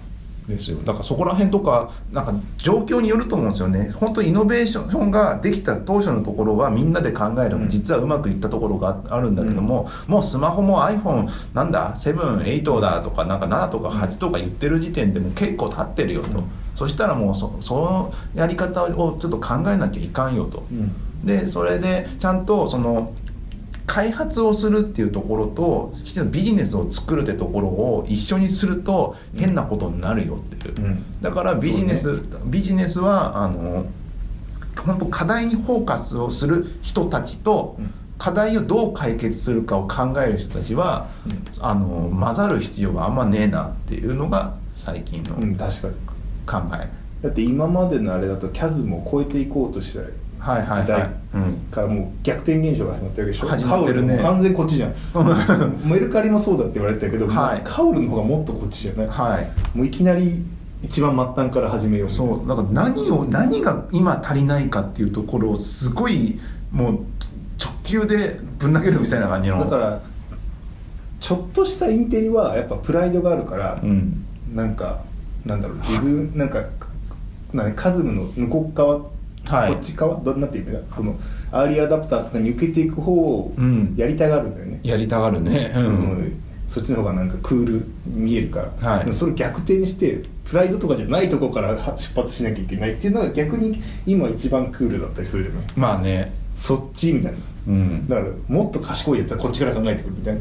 ですよだからそこら辺とかなんか状況によると思うんですよね本当イノベーションができた当初のところはみんなで考える
うん
も実はうまくいったところがああるんだけども、もうスマホも iPhone なんだ78だとかなんか7とか8とか言ってる時点でもう結構経ってるよと、そしたらもうそそのやり方をちょっと考えなきゃいかんよと。でそれでちゃんとその開発をするっていうところときちんとビジネスを作るってところを一緒にすると変なことになるよっていう、
うん
だからビジネス、ビジネスはあの本当課題にフォーカスをする人たちと、
うん
課題をどう解決するかを考える人たちは、
うん
あの混ざる必要があんまねえなっていうのが最近の
うん確かに
考え、
だって今までのあれだとキャズムを超えていこうとした時
はいはいはい
代
うん
からもう逆転現象が始まってるわけでしょ
始まってるね
カウルもう完全こっちじゃん メルカリもそうだって言われてたけど、
はい
カウルの方がもっとこっちじゃない
はい
もういきなり一番末端から始めようみたいな
そうだから何を何が今足りないかっていうところをすごいもう直球でぶん投げるみたいな感じの
だからちょっとしたインテリはやっぱプライドがあるから、
うん
なんかなんだろう自分なんかなんかカズムの向こう側、
はい
こっち側どんなっていう意味だそのアーリーアダプターとかに受けていく方を
うん
やりたがるんだよね、
やりたがるねう
うんそっちの方がなんかクール見えるから、
はい
でもそれ逆転してプライドとかじゃないとこからは出発しなきゃいけないっていうのが逆に今一番クールだったりするじゃない
まあね
そっちみたいな
うん
だからもっと賢いやつはこっちから考えてくるみたいな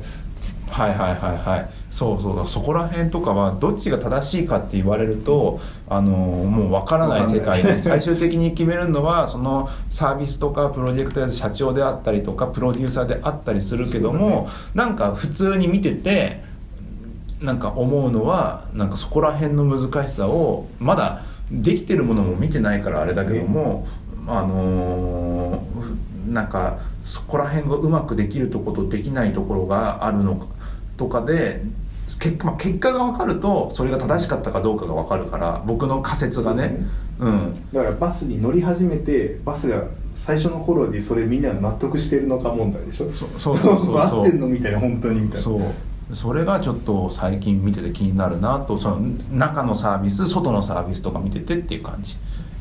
はいはいはいはいそうそうだそこら辺とかはどっちが正しいかって言われると、あのーもう分からない世界で最終的に決めるのはそのサービスとかプロジェクトや社長であったりとかプロデューサーであったりするけども、なんか普通に見ててなんか思うのはなんかそこら辺の難しさをまだできてるものも見てないからあれだけども、あのーなんかそこら辺がうまくできるところとできないところがあるのかとかで結,、まあ、結果が分かるとそれが正しかったかどうかが分かるから僕の仮説がねうん
だからバスに乗り始めてバスが最初の頃にそれみんな納得してるのか問題でしょ
そそうそうそうそう
合ってんのみたいな本当にみたいな
そうそれがちょっと最近見てて気になるなとその中のサービス外のサービスとか見ててっていう感じ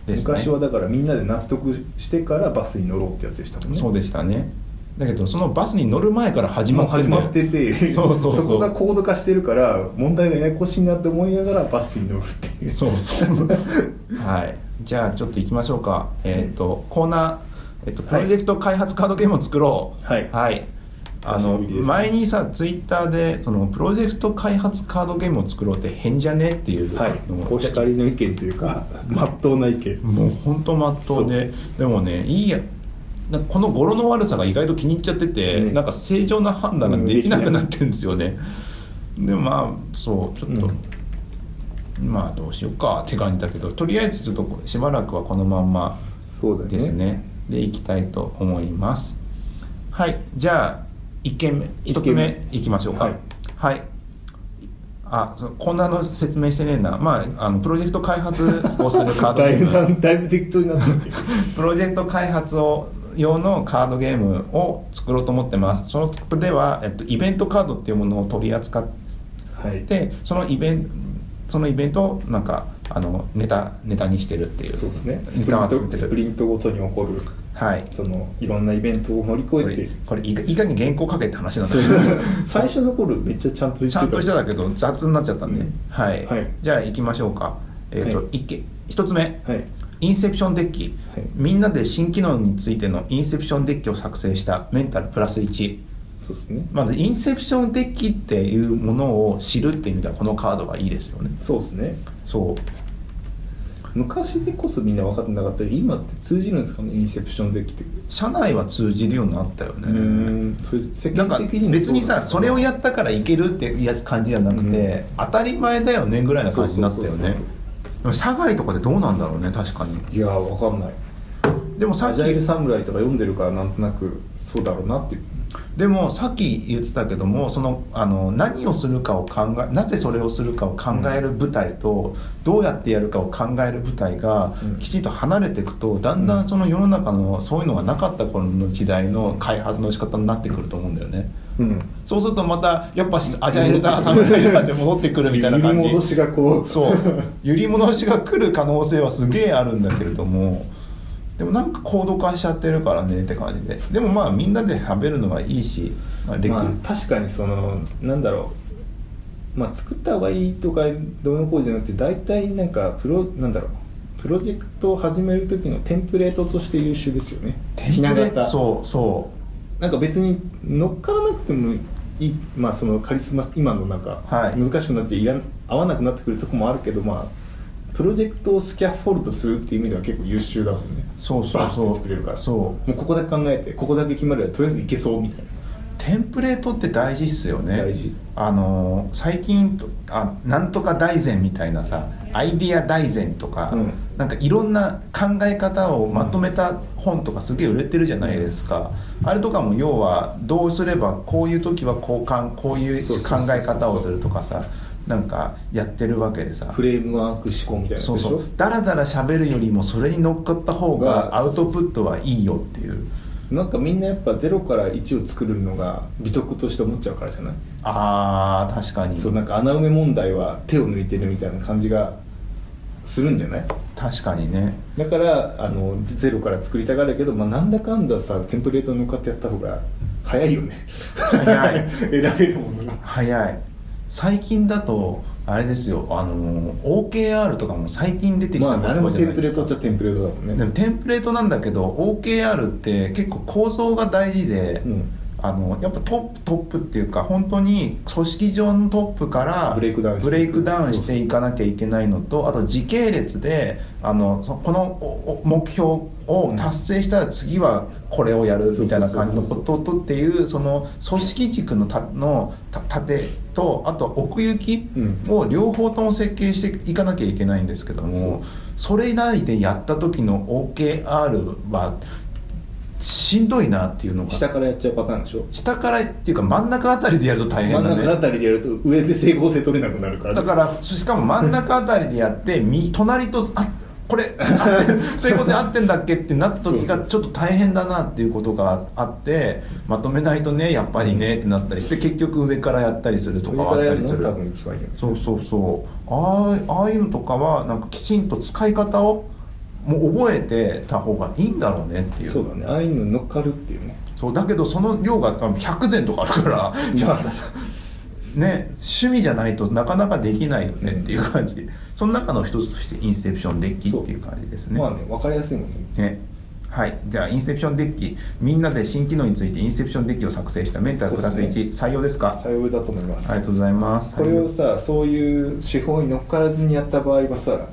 ですね
昔はだからみんなで納得してからバスに乗ろうってやつでしたもんね
そうでしたねだけどそのバスに乗る前から始
も
ま
う
ってん
始
だよ
まってて
そうそうそう
こが高度化してるから問題がややこしいなって思いながらバスに乗るっていう
そうそう はいじゃあちょっと行きましょうかえっ、とコーナー、えっとプロジェクト開発カードゲームを作ろう
はい
あの
久しぶりですね
前にさツイッターでそのプロジェクト開発カードゲームを作ろうって変じゃねっていうのを、
お叱りの意見というかまっとうな意見
もう本当まっとうででもねいいやなんかこの語呂の悪さが意外と気に入っちゃってて、
ね
なんか正常な判断ができなくなってるんですよね、でまあそうちょっと、まあどうしようかって感じだけどとりあえずちょっとしばらくはこのまんま
そうだね
ですねでいきたいと思いますはいじゃあ1件目1つ目いきましょうか
はい
はいあそのコーナーの説明してねえなまああのプロジェクト開発をするカード
だ
ゲ
い
ーム
ぶだだいぶ適当になってきてる
プロジェクト開発を用のカードゲームを作ろうと思ってますそのトップでは、えっと、イベントカードっていうものを取り扱っ
はい
てそのイベンそのイベントをなんかあのネタネタにしてるっていう
そうですねス
ネ
プリ
タ
ン
を作っ
ト
て
ス
る
プリントごとに起こる
はい
そのいろんなイベントを乗り
こ
越え
れ
て
これいかいかに原稿書けって話なんだ
そう
け
い
ど
う最初の頃めっちゃちゃんと言って
ちゃんとした
た
だけど雑になっちゃったんで、
うん
はい、
はい
じゃあ行きましょうかえっ、と、
はい
いけ一つ目
はい
インセプションデッキ、
はい
みんなで新機能についてのインセプションデッキを作成したメンタルプラス1
そうですね
まずインセプションデッキっていうものを知るっていう意味ではこのカードがいいですよね
そうですね
そう
昔でこそみんな分かってなかったけど今って通じるんですかねインセプションできてくる
社内は通じるようになったよ
う
ね
ーんそれ世
なん
間
か
的にも
別にさ
そ
そう
な
れ
の
を
かな
やったからいけるっていうやつ感じじゃなくて、
うん
当たり前だよねぐらいな感じになったよ
そうそう
ね
そう
でも社外とかでどうなんだろうね確かに
いやー分かんない
でもさ
ア
っ
ジャイル
き
侍とか読んでるからなんとなくそうだろうなっていう
でもさっき言ってたけどもそのあの何をするかを考えなぜそれをするかを考える舞台と、どうやってやるかを考える舞台が
うん
きちんと離れていくとだんだんその世の中のそういうのがなかった頃の時代の開発の仕方になってくると思うんだよね。
うん
そうするとまたやっぱアジャイルだ侍だって戻ってくるみたいな感じ
揺り戻しがこう
そう揺り戻しが来る可能性はすげえあるんだけれどもでもなんか高度化しちゃってるからねって感じででもまあみんなで食べるのはいいし、まあ、歴
まあ、確かにそのなんだろう、まあ、作った方がいいとかどうのこうじゃなくて大体なんかプロなんだろうプロジェクトを始める時のテンプレートとして優秀ですよねひな形
そうそ
なんか別に乗っからなくてもいい、まあ、そのカリスマ今のなんか
はい
難しくなっていらん合わなくなってくるとこもあるけどまあプロジェクトをスキャッフォルドするっていう意味では結構優秀だもんね
うそうそう
バ
そ
ッ
う
て作れるから
そう
もうここだけ考えてここだけ決まればとりあえずいけそうみたいな
テンプレートって大事っすよね
大事
あのー最近あなんとか大善みたいなさアイディア大善とか、
うん
なんかいろんな考え方をまとめた本とかすげえ売れてるじゃないですか、あれとかも要はどうすればこういう時はこうかんこういう
そうそう
考
そうそう
え方をするとかさなんかやってるわけでさ
フレームワーク思考みたいなやつ
そう
でし
そ
ょ
うだらだら喋るよりもそれに乗っかった方が
が
アウトプットはいいよっていう
なんかみんなやっぱ0から1を作るのが美徳として思っちゃうからじゃない、
あー確かに
そうなんか穴埋め問題は手を抜いてるみたいな感じがするんじゃない
確かにね
だからあのゼロから作りたがるけど、まあ、なんだかんださテンプレートに向かってやった方が早いよね
早 い
得られるものが
早い最近だとあれですよあの OKR とかも最近出てき
ま
た
あ
言葉
誰も
じ
テ
ゃない
ンプレ
で
ー
すか
トっちゃテンプレートだもんね
でもテンプレートなんだけど OKR って結構構造が大事で、
うん
あのやっぱトップトップっていうか本当に組織上のトップから
ブレイクダウンしていく
レイクダウンしていかなきゃいけないのとあと時系列であのそこのおお目標を達成したら次はこれをやるみたいな感じのこととっていうその組織軸のたのた縦とあと奥行きを両方とも設計していかなきゃいけないんですけども、それないでやった時の OKR はしんどいなっていうのが
下からやっちゃうパターンでしょ
下からっていうか真ん中あたりでやると大
真
変
ん
だ
中あ
ね
たりでやると上で整合性取れなくなるから
だからしかも真ん中あたりでや って右隣とあこれ合ってる 整合性合ってんだっけってなった時がちょっと大変だなっていうことがあってまとめないとねやっぱりねってなったりして結局上からやったりするとか
上
は
か
あ
ら
っ
や
た
る
りす
の
る
が多分一番いいよね
そうそうそうああああいうのとかはなんかきちんと使い方をもう覚えてた方がいいんだろうねっていう
そうだねああいうのに乗っかるっていうね
そうだけどその量が多分100膳とかあるから
いや
ね、趣味じゃないとなかなかできないよねっていう感じで、その中の一つとしてインセプションデッキっていう感じですね。
まあね分かりやすいもんね
ねはい、じゃあインセプションデッキみんなで新機能についてインセプションデッキを作成したメンタルプラス
そうですね
1、採用ですかあ
採用だと思いま
り
す
がとうございます
これをさそういう手法に乗っからずにやった場合はさ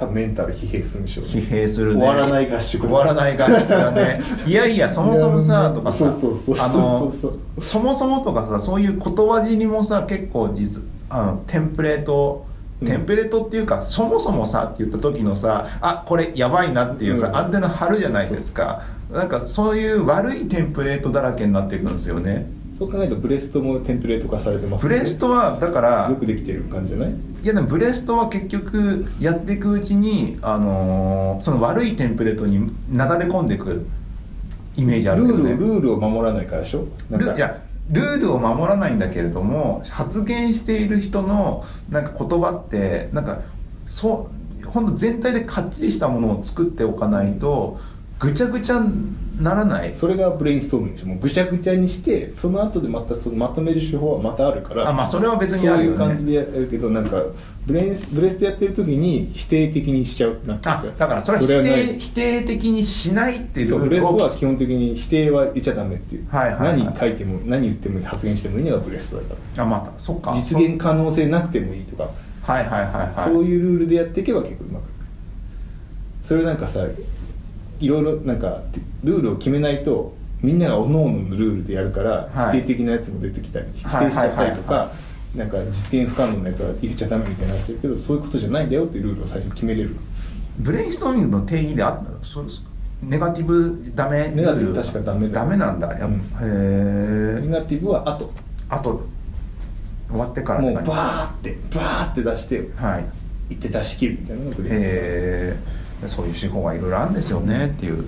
多分メンタル疲弊するんでしょうね
疲弊するね
終わらない合宿だ
終わらない合宿だ ねいやいやそもそもさとかさ
そうそうそう
あ
そうそう
のそもそもとかさそういう言葉尻もさ結構実あのテンプレート
うん
テンプレートっていうか、そもそもさって言った時のさあこれやばいなっていうさ、
うん
アンテナ張るじゃないですかなんかそういう悪いテンプレートだらけになっていくんですよね
そう考えるとブレストもテンプレート化されてます
ブ
ね
レストはだから
よくできてる感じじゃない
いやでもブレストは結局やっていくうちに、あのーその悪いテンプレートになだれ込んでいくイメージあるけ
ル
ど
ール
ね
をルールを守らないからでしょなんか
ルいやルールを守らないんだけれども発言している人のなんか言葉ってなんかそう本当全体でかっちりしたものを作っておかないとぐちゃぐちゃにならない
それがブレインストーミングでしょもうぐちゃぐちゃにしてその後でまたそのまとめる手法はまたあるから
あまあそれは別にあるよね
そういう感じでやるけどなんかブレインスブレストやってる時に否定的にしちゃうってなって
あだからそれは否
はない
定否定的にしないっていう
そうブレスト
を
は基本的に否定は言っちゃダメっていう、
はいはいはい
何書いても何言ってもいい発言してもいいのがブレストだか
あまたそっから
実現可能性なくてもいいとか、
はいはいはいはい
そういうルールでやっていけば結構うまくいくそれなんかさいろいろなんかルールを決めないとみんなが各々のルールでやるから
はい
否定的なやつも出てきたり、否
はい
定しちゃったりとか、
はいは
なんか実現不可能なやつは入れちゃダメみたいになっちゃうけどそういうことじゃないんだよっていうルールを最初に決めれる
ブレインストーミングの定義であったそうですネガティブダメ
ネガティブ確かダメだ
ダメなんだやっぱ、へ
ネ
え
ガティブは後
あと終わってから
も
っ
う
て
バ
感じ
ーってバーって出して
はい
いって出し切るみたいなのがブレインストーミング
へえそういう手法がいろいろあるんですよねっていう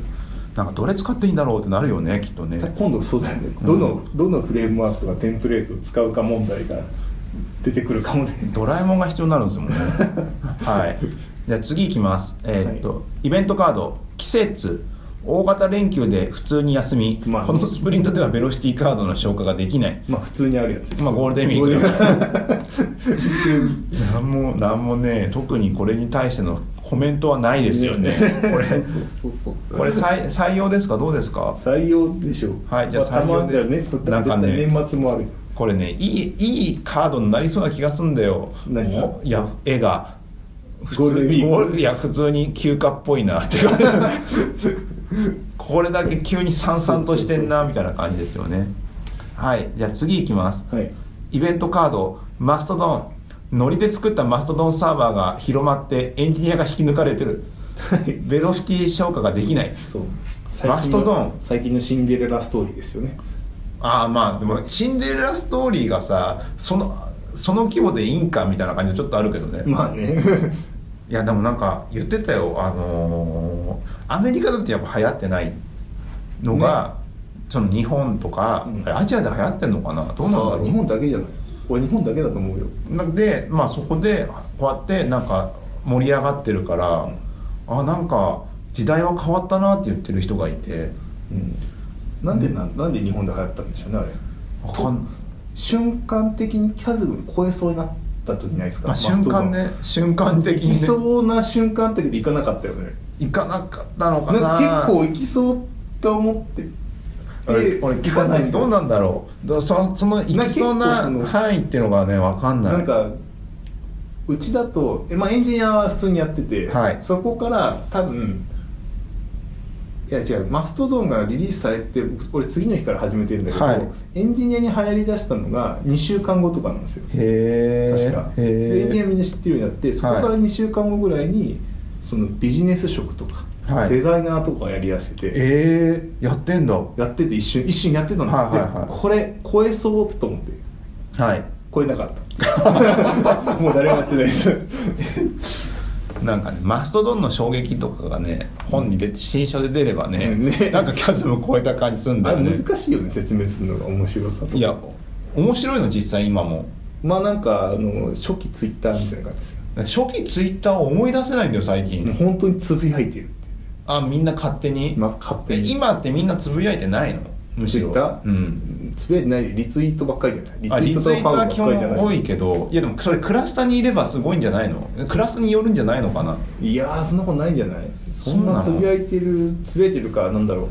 なんかどれ使っていいんだろうってなるよねきっとね
今度そうだよねどの,、どのフレームワークとかテンプレートを使うか問題が出てくるかもね
ドラえもんが必要になるんですもんね はいじゃあ次いきますえーっと、
は
イベントカード季節大型連休で普通に休み、
まあ
このスプリントではベロシティカードの消化ができない
まあ普通にあるやつです
まあゴールデンウィーク
ゴールデンウィーク普通に
なんもなんもね特にこれに対してのコメントはないですよねこれ
そうそうそう
これ採採用ですかどうですか
採用でしょ
はいじゃあ
またま
採用で
だよね
なんかね
絶対年末もある
これねいいいいカードになりそうな気がすんだよ
何が
ほいや絵が普
ゴールデンウィーク
ゴールいや普通に休暇っぽい なってこれだけ急にさんさんとしてんなみたいな感じですよねはいじゃあ次いきます
はい
イベントカードマストドンノリで作ったマストドンサーバーが広まってエンジニアが引き抜かれてるベロシティ消化ができない
そう
マストドン
最近のシンデレラストーリーですよね
ああまあでもシンデレラストーリーがさそのその規模でいいんかみたいな感じはちょっとあるけどね、
まあね
いやでもなんか言ってたよあのーアメリカだとやっぱ流行ってないのが、その日本とか、
うん
あれアジアで流行ってんのかなどうなんだ
さ
ろ
あ
う
日本だけじゃない俺日本だけだと思うよ
なんでまあそこでこうやってなんか盛り上がってるから、あなんか時代は変わったなって言ってる人がいて
なんでななんで日本で流行ったんでしょうねあれ
わかん
瞬間的にキャズム超えそうになった時ないですか、
まあ、瞬間ね瞬間的
行き
に、ね、
そうな瞬間的で行かなかったよね
行かなかったのか
な
なん
か結構行きそうと思って
あれ俺聞かないどう
な
なんだろうどそその行きそう
ま
な
あ結構その
範囲っていうのがね分かんない
んかうちだとえ、まあ、エンジニアは普通にやってて、
はい
そこから多分いや違うマストドーンがリリースされて俺次の日から始めてるんだけど、
はい
エンジニアに流行りだしたのが2週間後とかなんですよ
へ
確か
ー
でエンジニア
へ
みんな知ってるようになってそこから2週間後ぐらいにそのビジネス職とか、
はい
デザイナーとかやりだしてて、
えー、やってんだ
やってて一瞬一瞬やってたの、
はいはいはい
でこれ超えそうと思って
はい
超えなかった もう誰もやってないです
なんかねマストドンの衝撃とかがね本に出て新書で出ればね
ね
なんかキャズム超えた感じするん
あ
だよ
れ
ね
難しいよね説明するのが面白さと
いや面白いの実際今も
まあなんかあの初期ツイッターみたいな感じですよ
初期ツイッターを思い出せないんだよ最近、
本当につぶやいてるって
あみんな勝手に、
まあ勝手に
今ってみんなつぶやいてないのむしろ
ツイッター
うん
つぶやいてないリツイートばっかりじゃないリ
あリツイートは基
ばっかりじゃ
本
な
多
い
いけどいやでもそれクラスターにいればすごいんじゃないのクラスによるんじゃないのかない
やーそんなことないんじゃないそん
そうな
な
の
つぶやいてるつぶやいてるかなんだろう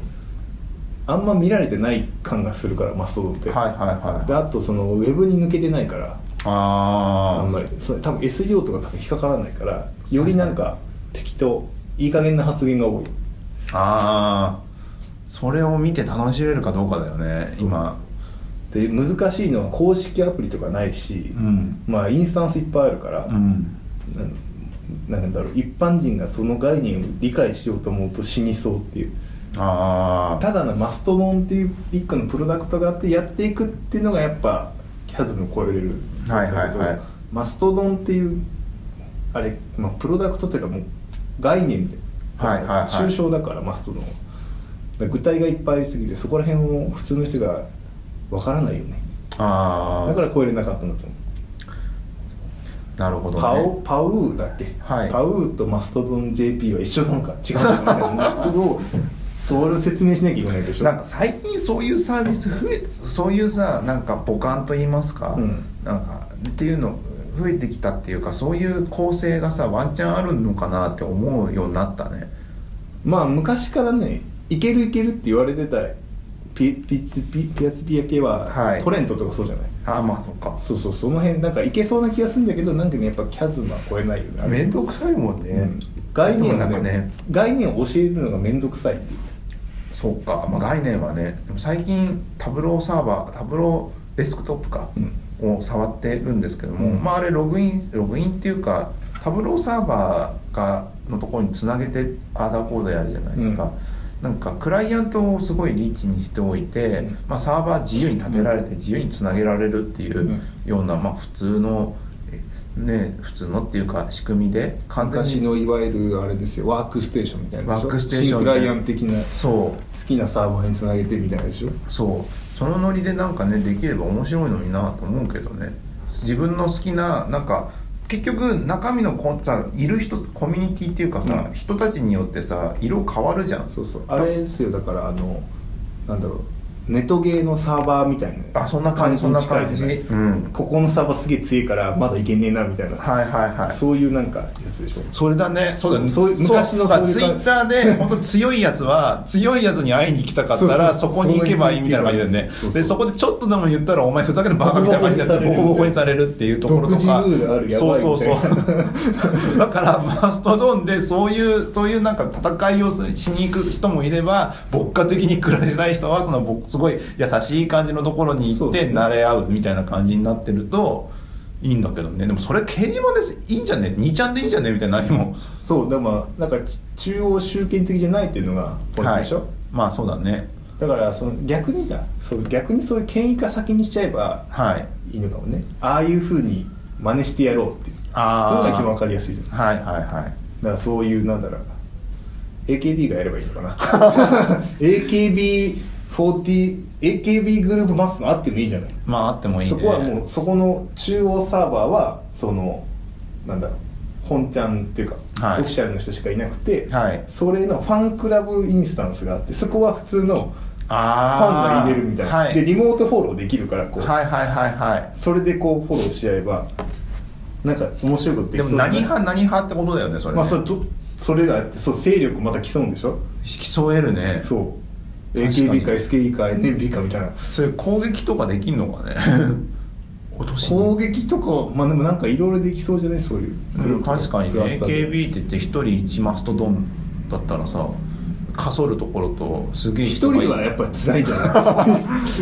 あんま見られてない感がするからマストドンって、
はいはいはい
であとそのウェブに抜けてないからあ
あ
ん
ー
まりそれ多分 SEO とか多分引っかからないからよりなんか適当いい加減な発言が多い
あーそれを見て楽しめるかどうかだよね今
で難しいのは公式アプリとかないし、
うん
まあインスタンスいっぱいあるから、
うん
なんなんだろう一般人がその概念を理解しようと思うと死にそうっていう
ああ
ただのマストドンっていう一個のプロダクトがあってやっていくっていうのがやっぱキャズムを超えれる
はいはいはい
マストドンっていうあれ、まあ、プロダクトというかもう概念で、
はいはいはい
抽象だからマストドンはだから具体がいっぱいありすぎてそこら辺を普通の人がわからないよね
あ
だ
あ
から超えれなかったんだと思う
なるほどね
パオパウーだっけ、
はい
パウーとマストドン JP は一緒なのか違うのかみたいなこと をそれを説明しなきゃいけないでしょ
なんか最近そういうサービス増えそういうさなんか母感と言いますか、
うん
なんかっていうの増えてきたっていうかそういう構成がさワンチャンあるのかなって思うようになったね
まあ昔からねいけるいけるって言われてたピピツピピアスピア系は、
はい
トレントとかそうじゃない
あまあそっか
そうそうその辺なんかいけそうな気がするんだけどなんかねやっぱキャズマ超えないよねあれ
面倒くさいもんね、
うん概念
な
を
ん
ね
かね
概念を教えるのが面倒くさいっていう
そうか、まあ、概念はねでも最近タブローサーバータブローデスクトップか、を触ってるんですけども、
うん
まああれログインログインっていうかタブローサーバーがのところにつなげてアーダーコードやるじゃないですか、なんかクライアントをすごいリッチにしておいて、
うん
まあ、サーバー自由に立てられて自由につなげられるっていうような、まあ、普通のえね普通のっていうか仕組みで完全
昔
に
のいわゆるあれですよワークステーションみたいなでしょ
ワークステーション
新クライアント的な好
そう
きなサーバーにつなげてみたいなでしょ
そうそのノリでなんかねできれば面白いのになと思うけどね自分の好きななんか結局中身のこさいる人コミュニティっていうかさ、
うん
人たちによってさ色変わるじゃん
そうそうあれですよだからあのなんだろうネットゲーのサーバーみたいな
あそんな感じそんな
近い
感
ゃ
じ
ない
うん
ここのサーバーすげえ強いからまだいけねえなみたいな、
はいはいはい
そういうなんかやつでしょ
それだね
そうだね
そう
そう昔のそういう
ツイッターで本当強いやつは強いやつに会いに行きたかったら
そうそう
そこに行けばいいみたいな感じだよね
そうそう
でそこでちょっとでも言ったらお前ふざけてバカみたいな感じだってボ
ボ
コボ
コボ
コ
コ
に
に
されるっていうところとか
独自ルールあるやばい
そう
みたい
そ
な
うそう だからマストドンでそういうそういうなんか戦いをするしに行く人もいれば牧歌的に暮らせない人はそのぼすごい優しい感じのところに行
そう
っ
です
て
ね
慣れ合うみたいな感じになってるといいんだけどねでもそれ掲示板ですいいんじゃね2ちゃんでいいんじゃねみたいな何も。
そうでもなんか中央集権的じゃないっていうのがポイントでしょ、
はい、まあそうだね
だからその逆にだそう逆にそういう権威化先にしちゃえば
はい
いいのかもねああいうふうに真似してやろうっていう
あー
そういうのが一番わかりやすいじゃんだか
はいはいはい
らそういうなんだろう AKB がやればい いのかな AKB40 AKB グループマスのあってもいいじゃない
まああってもいいね
そこはもうそこの中央サーバーはそのなんだろう本ちゃんっていうか、
はい
オフィシャルの人しかいなくて、
はい
それのファンクラブインスタンスがあってそこは普通のファン
ああ
が入れるみたいな、
はい、
でリモートフォローできるからこう、
はいはいはいは
それでこうフォローし合えばなんか面白いこと
い
で
で
き
も
そうだね
何派何派ってことだよねそれね、
まあそれとそれがあってそう勢力また競うんでしょ
競えるね
そう AKB か SKE か NMB かみたいな
それ攻撃とかできんのか ね落とし
攻
に
撃とかまあでもなんかいろいろできそうじゃないそういうグループと
確かに
ク
ね
ラスターで
AKB って言って一人一マストドンだったらさかそるところとすげえ
一
人がい
人はやっぱ辛いじゃ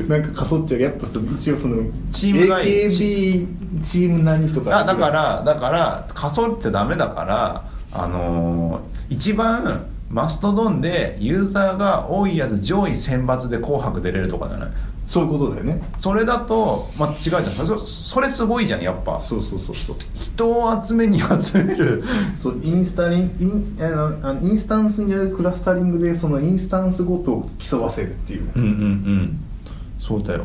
ないなんかかそっちゃうやっぱその一応その
チームが
AKB チーム何とか
あだからだからかそってダメだからあのー一番マストドンでユーザーが多いやつ上位選抜で「紅白」出れるとかじゃない
そういうことだよね
それだと、まあ、違うじゃんそそそれすごいじゃんやっぱ
そうそうそうそう
人を集めに集める
そうインスタリンインあのあのインスタンスによるクラスタリングでそのインスタンスごとを競わせるっていう
うんうんうんそうだよ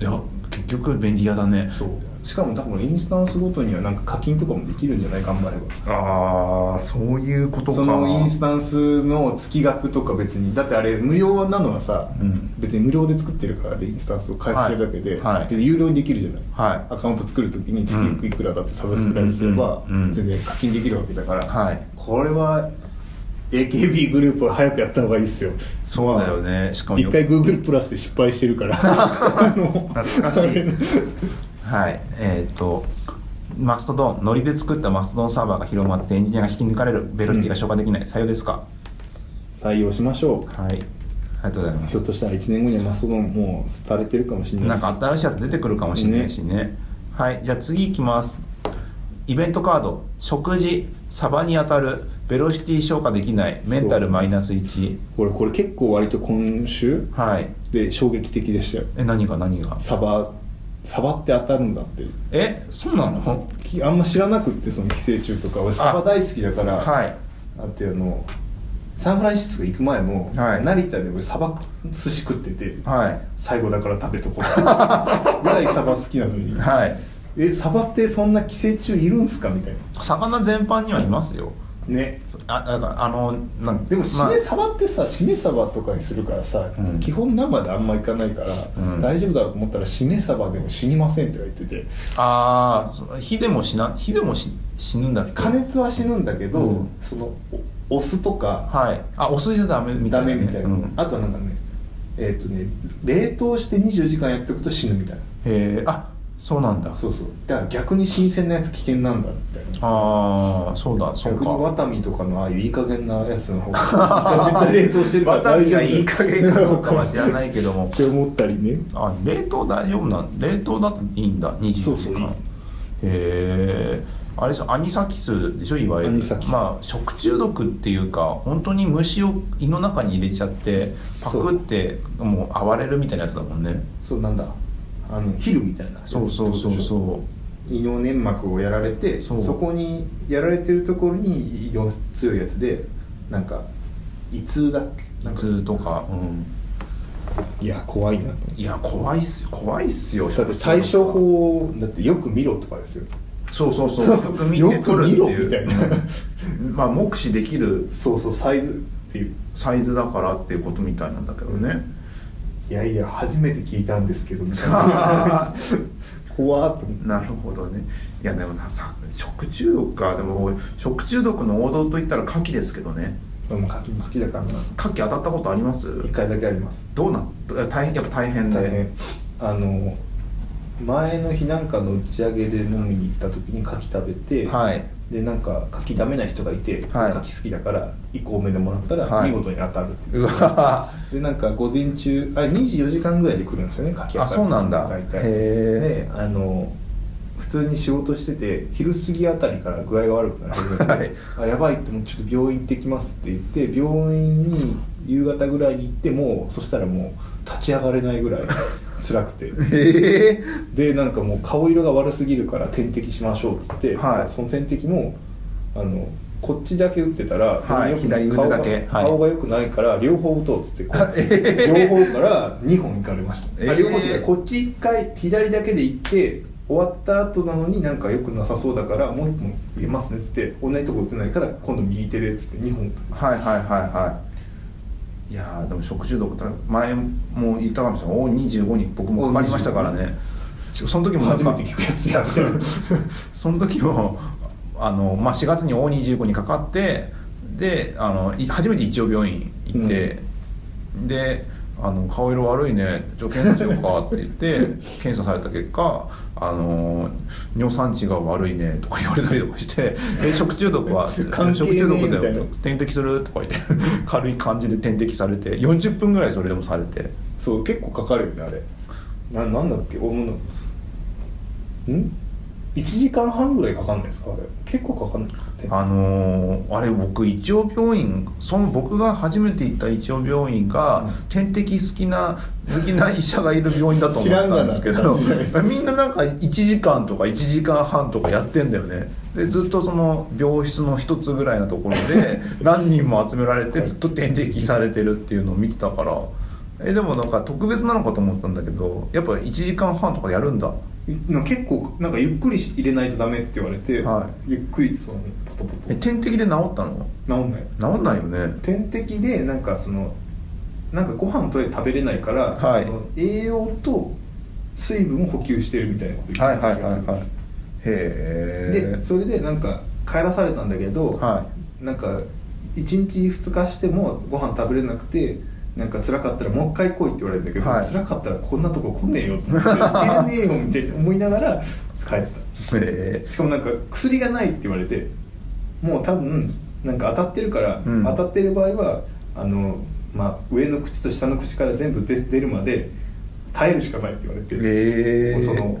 いや結局便利屋だね
そうしかも多分インスタンスごとにはなんか課金とかもできるんじゃない頑張れば
ああそういうこと
そのインスタンスの月額とか別にだってあれ無料なのはさ、
うん
別に無料で作ってるからでインスタンスを開発するだけで、
はいはい
別に有料にできるじゃない、
はい
アカウント作るときに月額いくらだってサブスクライブすれば
うんうんうんうん
全然課金できるわけだから、
はい
これは AKB グループは早くやった方がいいっすよ
そうだよねしかも
一回 Google プラスで失敗してるからあの
懐かしい
あれ
はいえっ、とマストドンノリで作ったマストドンサーバーが広まってエンジニアが引き抜かれるベロシティが消化できない、採用ですか
採用しましょう
はいありがとうございま
ひょっ
す
としたら1年後にはマストドンもう廃れてるかもしれないし
なんか新しいやつ出てくるかもしれないしねはいじゃあ次いきますイベントカード食事サバに当たるベロシティ消化できないメンタルマイナス1
これこれ結構割と今週
はい
で衝撃的でしたよ
え何が何が
サバサバって当たるんだって
えそうなの
きあんま知らなくってその寄生虫とか俺サバ大好きだから
はい
あってあのサンフランシスコ行く前も、
はい
成田で俺サバ寿司食ってて
はい
最後だから食べと こうぐらいサバ好きなのに
はい
えサバってそんな寄生虫いるんすかみたい
魚全般にはいますよ
なね
あだからあのなん
でも
まあ
しめサバってさしめサバとかにするからさ、
うん
基本生であんまいかないから、
うん
大丈夫だろうと思ったらしめサバでも死にませんって言われてて
ああそ火でも死な火でもし死ぬんだっけ
加熱は死ぬんだけど、
うん
そのおお酢とか
はいあお酢じゃダメみた
ダ
いなね、
メみたいな、
うん
あとはなんかねえっ、とね冷凍して24時間やっておくと死ぬみたいな
へえあそうなんだ
そうそうだから逆に新鮮なやつ危険なんだみたいな
ああそうだそう
逆にワ
か
タミとかのああいういい加減なやつの方が 絶対冷凍してるから大丈夫だ
ら ないけど も
って思ったりね
あ冷凍大丈夫なん冷凍だといいんだ24時間
そうそういい
へえあれでしょアニサキスでしょいわゆる
アニサキス
まあ食中毒っていうか本当に虫を胃の中に入れちゃってパクってもう暴れるみたいなやつだもんね
そうなんだあのヒルみたいなやつ
そうそうそうそう
胃の粘膜をやられて
そ
そうこにやられてるところに胃の強いやつでなんか胃痛だっけなん
普
か
通とか、うん、
いや怖いなと
いや怖いっす怖いっすよ
だって対処法をだってよく見ろとかですよ
そうそうそうよく見
よ
て
く
くるって
見ろ
いう
みたいな
うんまあ目視できる
そうそうサイズっていう
サイズだからっていうことみたいなんだけどね
いやいや初めて聞いたんですけ どみたいな怖っと思って
なるほどねいやでもなさ食中毒かでも食中毒の王道といったら牡蠣ですけどね
俺も牡蠣も好きだからな
牡蠣当たったことあります
一回だけあります
どうなった大変やっぱ大変で
大変あの前の日なんかの打ち上げで飲みに行った時に牡蠣食べて、
はい
でなんか牡蠣ダメな人がいて、
はい
牡蠣好きだから1個多めでもらったら
はい
見事に当たるっていう
うわ
でなんか午前中あれ24時間ぐらいで来るんですよね牡蠣当たる
あそうなんだ
大
へ
体
え
であの普通に仕事してて昼過ぎあたりから具合が悪くなり始めて、
はい
あやばいってもうちょっと病院行ってきますって言って病院に夕方ぐらいに行ってもうそしたらもう立ち上がれないぐらい辛くて
へえ
でなんかもう顔色が悪すぎるから点滴しましょうっつって、
はい
その点滴もあのこっちだけ打ってたら、
はい
全然
左腕
良く顔が
だけはい
顔が良くないから両方打とうっつってこ う両方から2本行かれました、
えー
あ両方っていうかこっち1回左だけで行って終わった後なのになんか良くなさそうだからもう1本入れますねっつって同じとこ打ってないから今度右手でっつって2本
はいはいはいはいいやーでも食中毒だ前も言ったかもしれない O25 に僕もかかりましたからねその時もなん
初
か
めて聞くや つやみたいな
その時もあの、まあ、4月に O25 にかかってであのい初めて一応病院行って、で
あの顔色悪いねじゃあ検査しようかって言って 検査された結果あの尿酸値が悪いねとか言われたりとか してえ食中毒は
関係
食
ねえ
中毒だ
みた
よ
いな
点滴するとか言って軽い感じで点滴されて40分ぐらいそれでもされて
そう結構かかるよねあれななんだっけ俺もなん1時間半ぐらいかかんないですかあれ結構かかんない
あのーあれ僕一応病院その僕が初めて行った一応病院が点滴好きな好きな医者がいる病院だと思ってたんですけ
知らん
ど
がなって感 じ
みんななんか1時間とか1時間半とかやってんだよねでずっとその病室の一つぐらいのところ で何人も集められてずっと点滴されてるっていうのを見てたからえでもなんか特別なのかと思ってたんだけどやっぱ1時間半とかやるんだ
なんか結構なんかゆっくりし入れないとダメって言われて、
は
ゆっくりそのポトポト
え点滴で治ったの
治んない
治んないよね
点滴でなんかそのなんかご飯と食べれないから、
はい
その栄養と水分を補給してるみたいなこと言
はい
って
は
た
い
気
は
が
い
する
はいへえ
でそれでなんか帰らされたんだけど、
は
なんか1日2日してもご飯食べれなくてなんか辛かったらもう一回来いって言われるんだけど、
はい
辛かったらこんなとこ来ねえよって思って 行けねえよみたいに思いながら帰った
へえ
しかもなんか薬がないって言われてもう多分なんか当たってるから、
うん
当たってる場合はあの、まあ、上の口と下の口から全部出出るまで耐えるしかないって言われて、
へ
その
え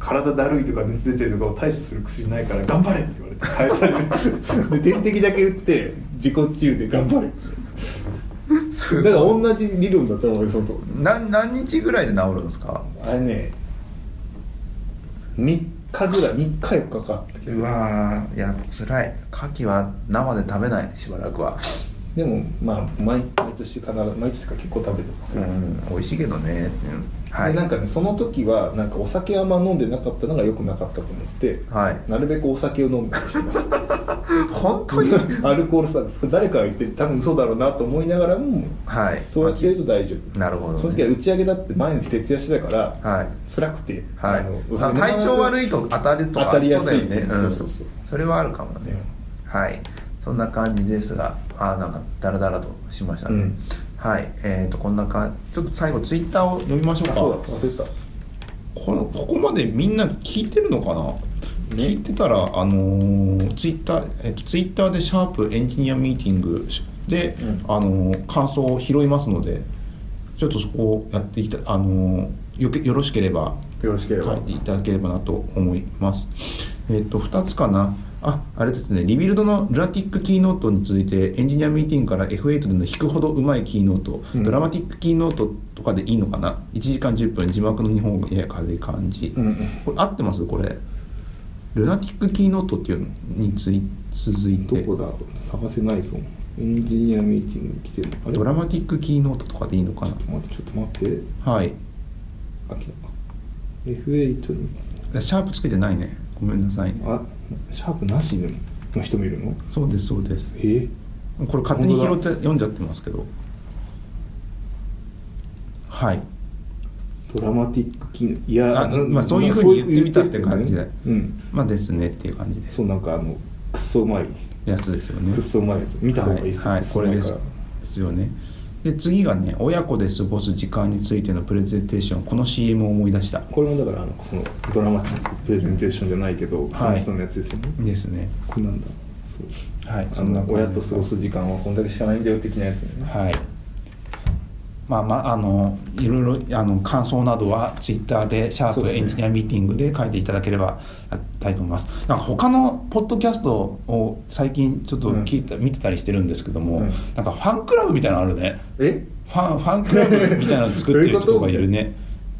体だるいとか熱出てるとかを対処する薬ないから頑張れって言われて返され るで点滴だけ打って自己中で頑張れ
す
だから同じ理論だったの俺そのと
な何日ぐらいで治るんですか
あれね3日ぐらい3日4日かかったけど
うわーいや辛い牡蠣は生で食べないしばらくは
でもまあ毎毎年必ず毎年か結構食べてます、
うん美味しいけどねうんはい
でなんかねその時はなんかお酒あんま飲んでなかったのが良くなかったと思って
はい
なるべくお酒を飲むようにしてます
本当に
アルコールさ誰かが言って多分そうだろうなと思いながらも、
はい
そうやってると大丈夫
なるほどね
その時は打ち上げだって毎日徹夜してたから
はい
辛くて、
はい
あの
あの体調悪いと当たるとか
当たりやすい
そうだよね、ん、
そうそうそう
それはあるかもね、はいそんな感じですがあーなんかダラダラとしましたね、
うん
はいえー、とこんな感じちょっと最後ツイッターを
読みましょう
あ
か
そうだ忘れてた
このここまでみんな聞いてるのかな、聞いてたらあのーツイッター、えっと、ツイッターで「シャープエンジニアミーティングで」
うん
あのー感想を拾いますのでちょっとそこをやっていきたいあのーよけよろしければ
よろしければ
書いていただければなと思います。えっと2つかなああれですねリビルドのドラティックキーノートに続いてエンジニアミーティングから F8 での弾くほどうまいキーノート、
うん
ドラマティックキーノートとかでいいのかな1時間10分字幕の日本語やや軽い感じ、
うんうん
これ合ってますこれルナティックキーノートっていうのについ続い
ど
て
こだ探せないぞエンジニアミーティングに来てるのあれ
ドラマティックキーノートとかでいいのか
ちょっと待ってちょっと待って
なはい
あ来た F8 に
シャープつけてないねごめんなさいね
あシャープなしでもの人もいるの
そうですそうです
え
これ勝手に拾っ
本
て読んじゃってますけどはい
ドラマティック機能いや
あ
なん
まあそういうふうに言ってみたって感じで
うん
まあですねっていう感じです
そうなんかあのクッソうまい
やつですよ
ク
ね
ッソうまいやつ見た方がいいですよ
はい、はい、これです
なんか
ですよねで次がね親子で過ごす時間についてのプレゼンテーションこの CM を思い出した
これもだからあのそのドラマティックプレゼンテーションじゃないけど、
はい
その人のやつですよね
ですね
これなんだそう
はい
あの
感じ
親と過ごす時間はこんだけしかないんだよ的なやつね
はいまあまああのいろいろあの感想などはツイッターで「シャー
そう
プ
です
エ
ね
ンジニアミーティング」で書いていただければあたいと思いますなんか他のポッドキャストを最近ちょっと聞いた、見てたりしてるんですけども、
うん
なんかファンクラブみたいなのあるね
え
ファンファンクラブみたいなの作ってる人がい るね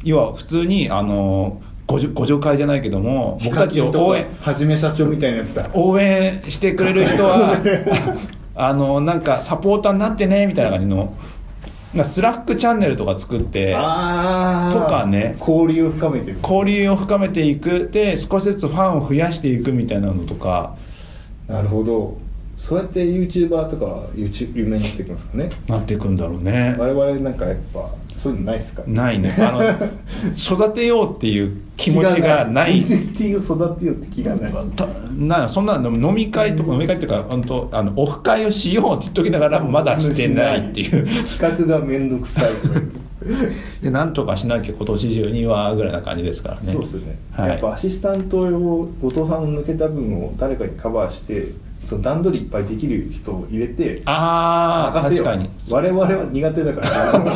要は普通にあのごじゅご助会じゃないけども僕たちを応援
はじめ社長みたいなやつだ
応援してくれる人 はあのなんかサポーターになってねみたいな感じのなんかスラックチャンネルとか作って
あー
とかね
交流を深めてる
交流を深めていくで少しずつファンを増やしていくみたいなのとか
なるほどそうやって YouTuber とか YouTube 有名になってきますかね
なっていくんだろうね
我々なんかやっぱそういうのないですか
ないねあ の育てようっていう気持ちがない
コミュニティを育てようって気がない
たなそんなの飲み会とか飲み会っていうか本当あのオフ会をしようって言っときながらまだしてないっていう
企画が面倒くさいとか言って
でなんとかしなきゃ今年中にはぐらいな感じですからね
そうですよね、
はい
やっぱアシスタントを後藤さんの抜けた分を誰かにカバーしてその段取りいっぱいできる人を入れて
ああ
任せ
確
よう
かに
我々は苦手だから
そんな
段取りでき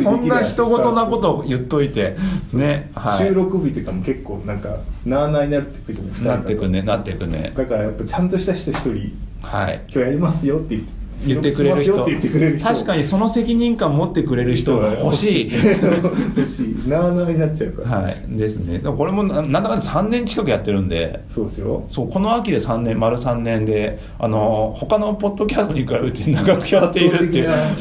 い
そんな人ごとなことを言っといてね、はい、
収録日とかも結構なんかなあなあになってくるじゃないですか
なってくねなってくね
だからやっぱちゃんとした人一人
はい
今日やりますよって言って
言ってくれる
収
人
録しますよって言ってくれる人
確かにその責任感持ってくれる人が欲しい
欲しいなあなあになっちゃうから、
はいですねでもこれもななんだかんだ3年近くやってるんで
そうですよ
そうこの秋で3年丸3年であの他のポッドキャストに比べて長くやっているって いう
圧倒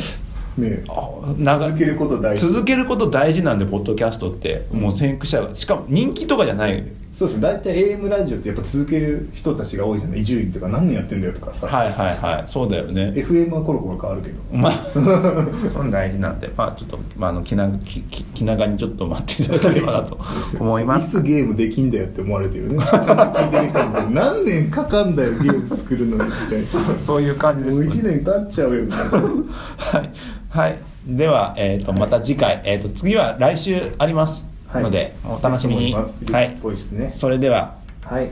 的なね
あ長
続けること大事
続けること大事なんでポッドキャストってもう先駆者がしかも人気とかじゃない
そうですね大体 AM ラジオってやっぱ続ける人たちが多いじゃない伊集院とか何年やってんだよとかさ、
はいはいはいそうだよね
FM はコロコロ変わるけど
まあ その大事なんでまあちょっと、まあ、あの気な気気気長にちょっと待っていただければなと 思います
つゲームできんだよって思われてるね聞いてる人も何年かかんだよゲーム作るのにみたいな
そういう感じで
も
す
う
ね
1年経っちゃうよみたいな
はい、はい、では、えー、とまた次回、えー、と次は来週あります
はい
ので、お楽しみに、
はい
はい
ぽいですね
それでは
はい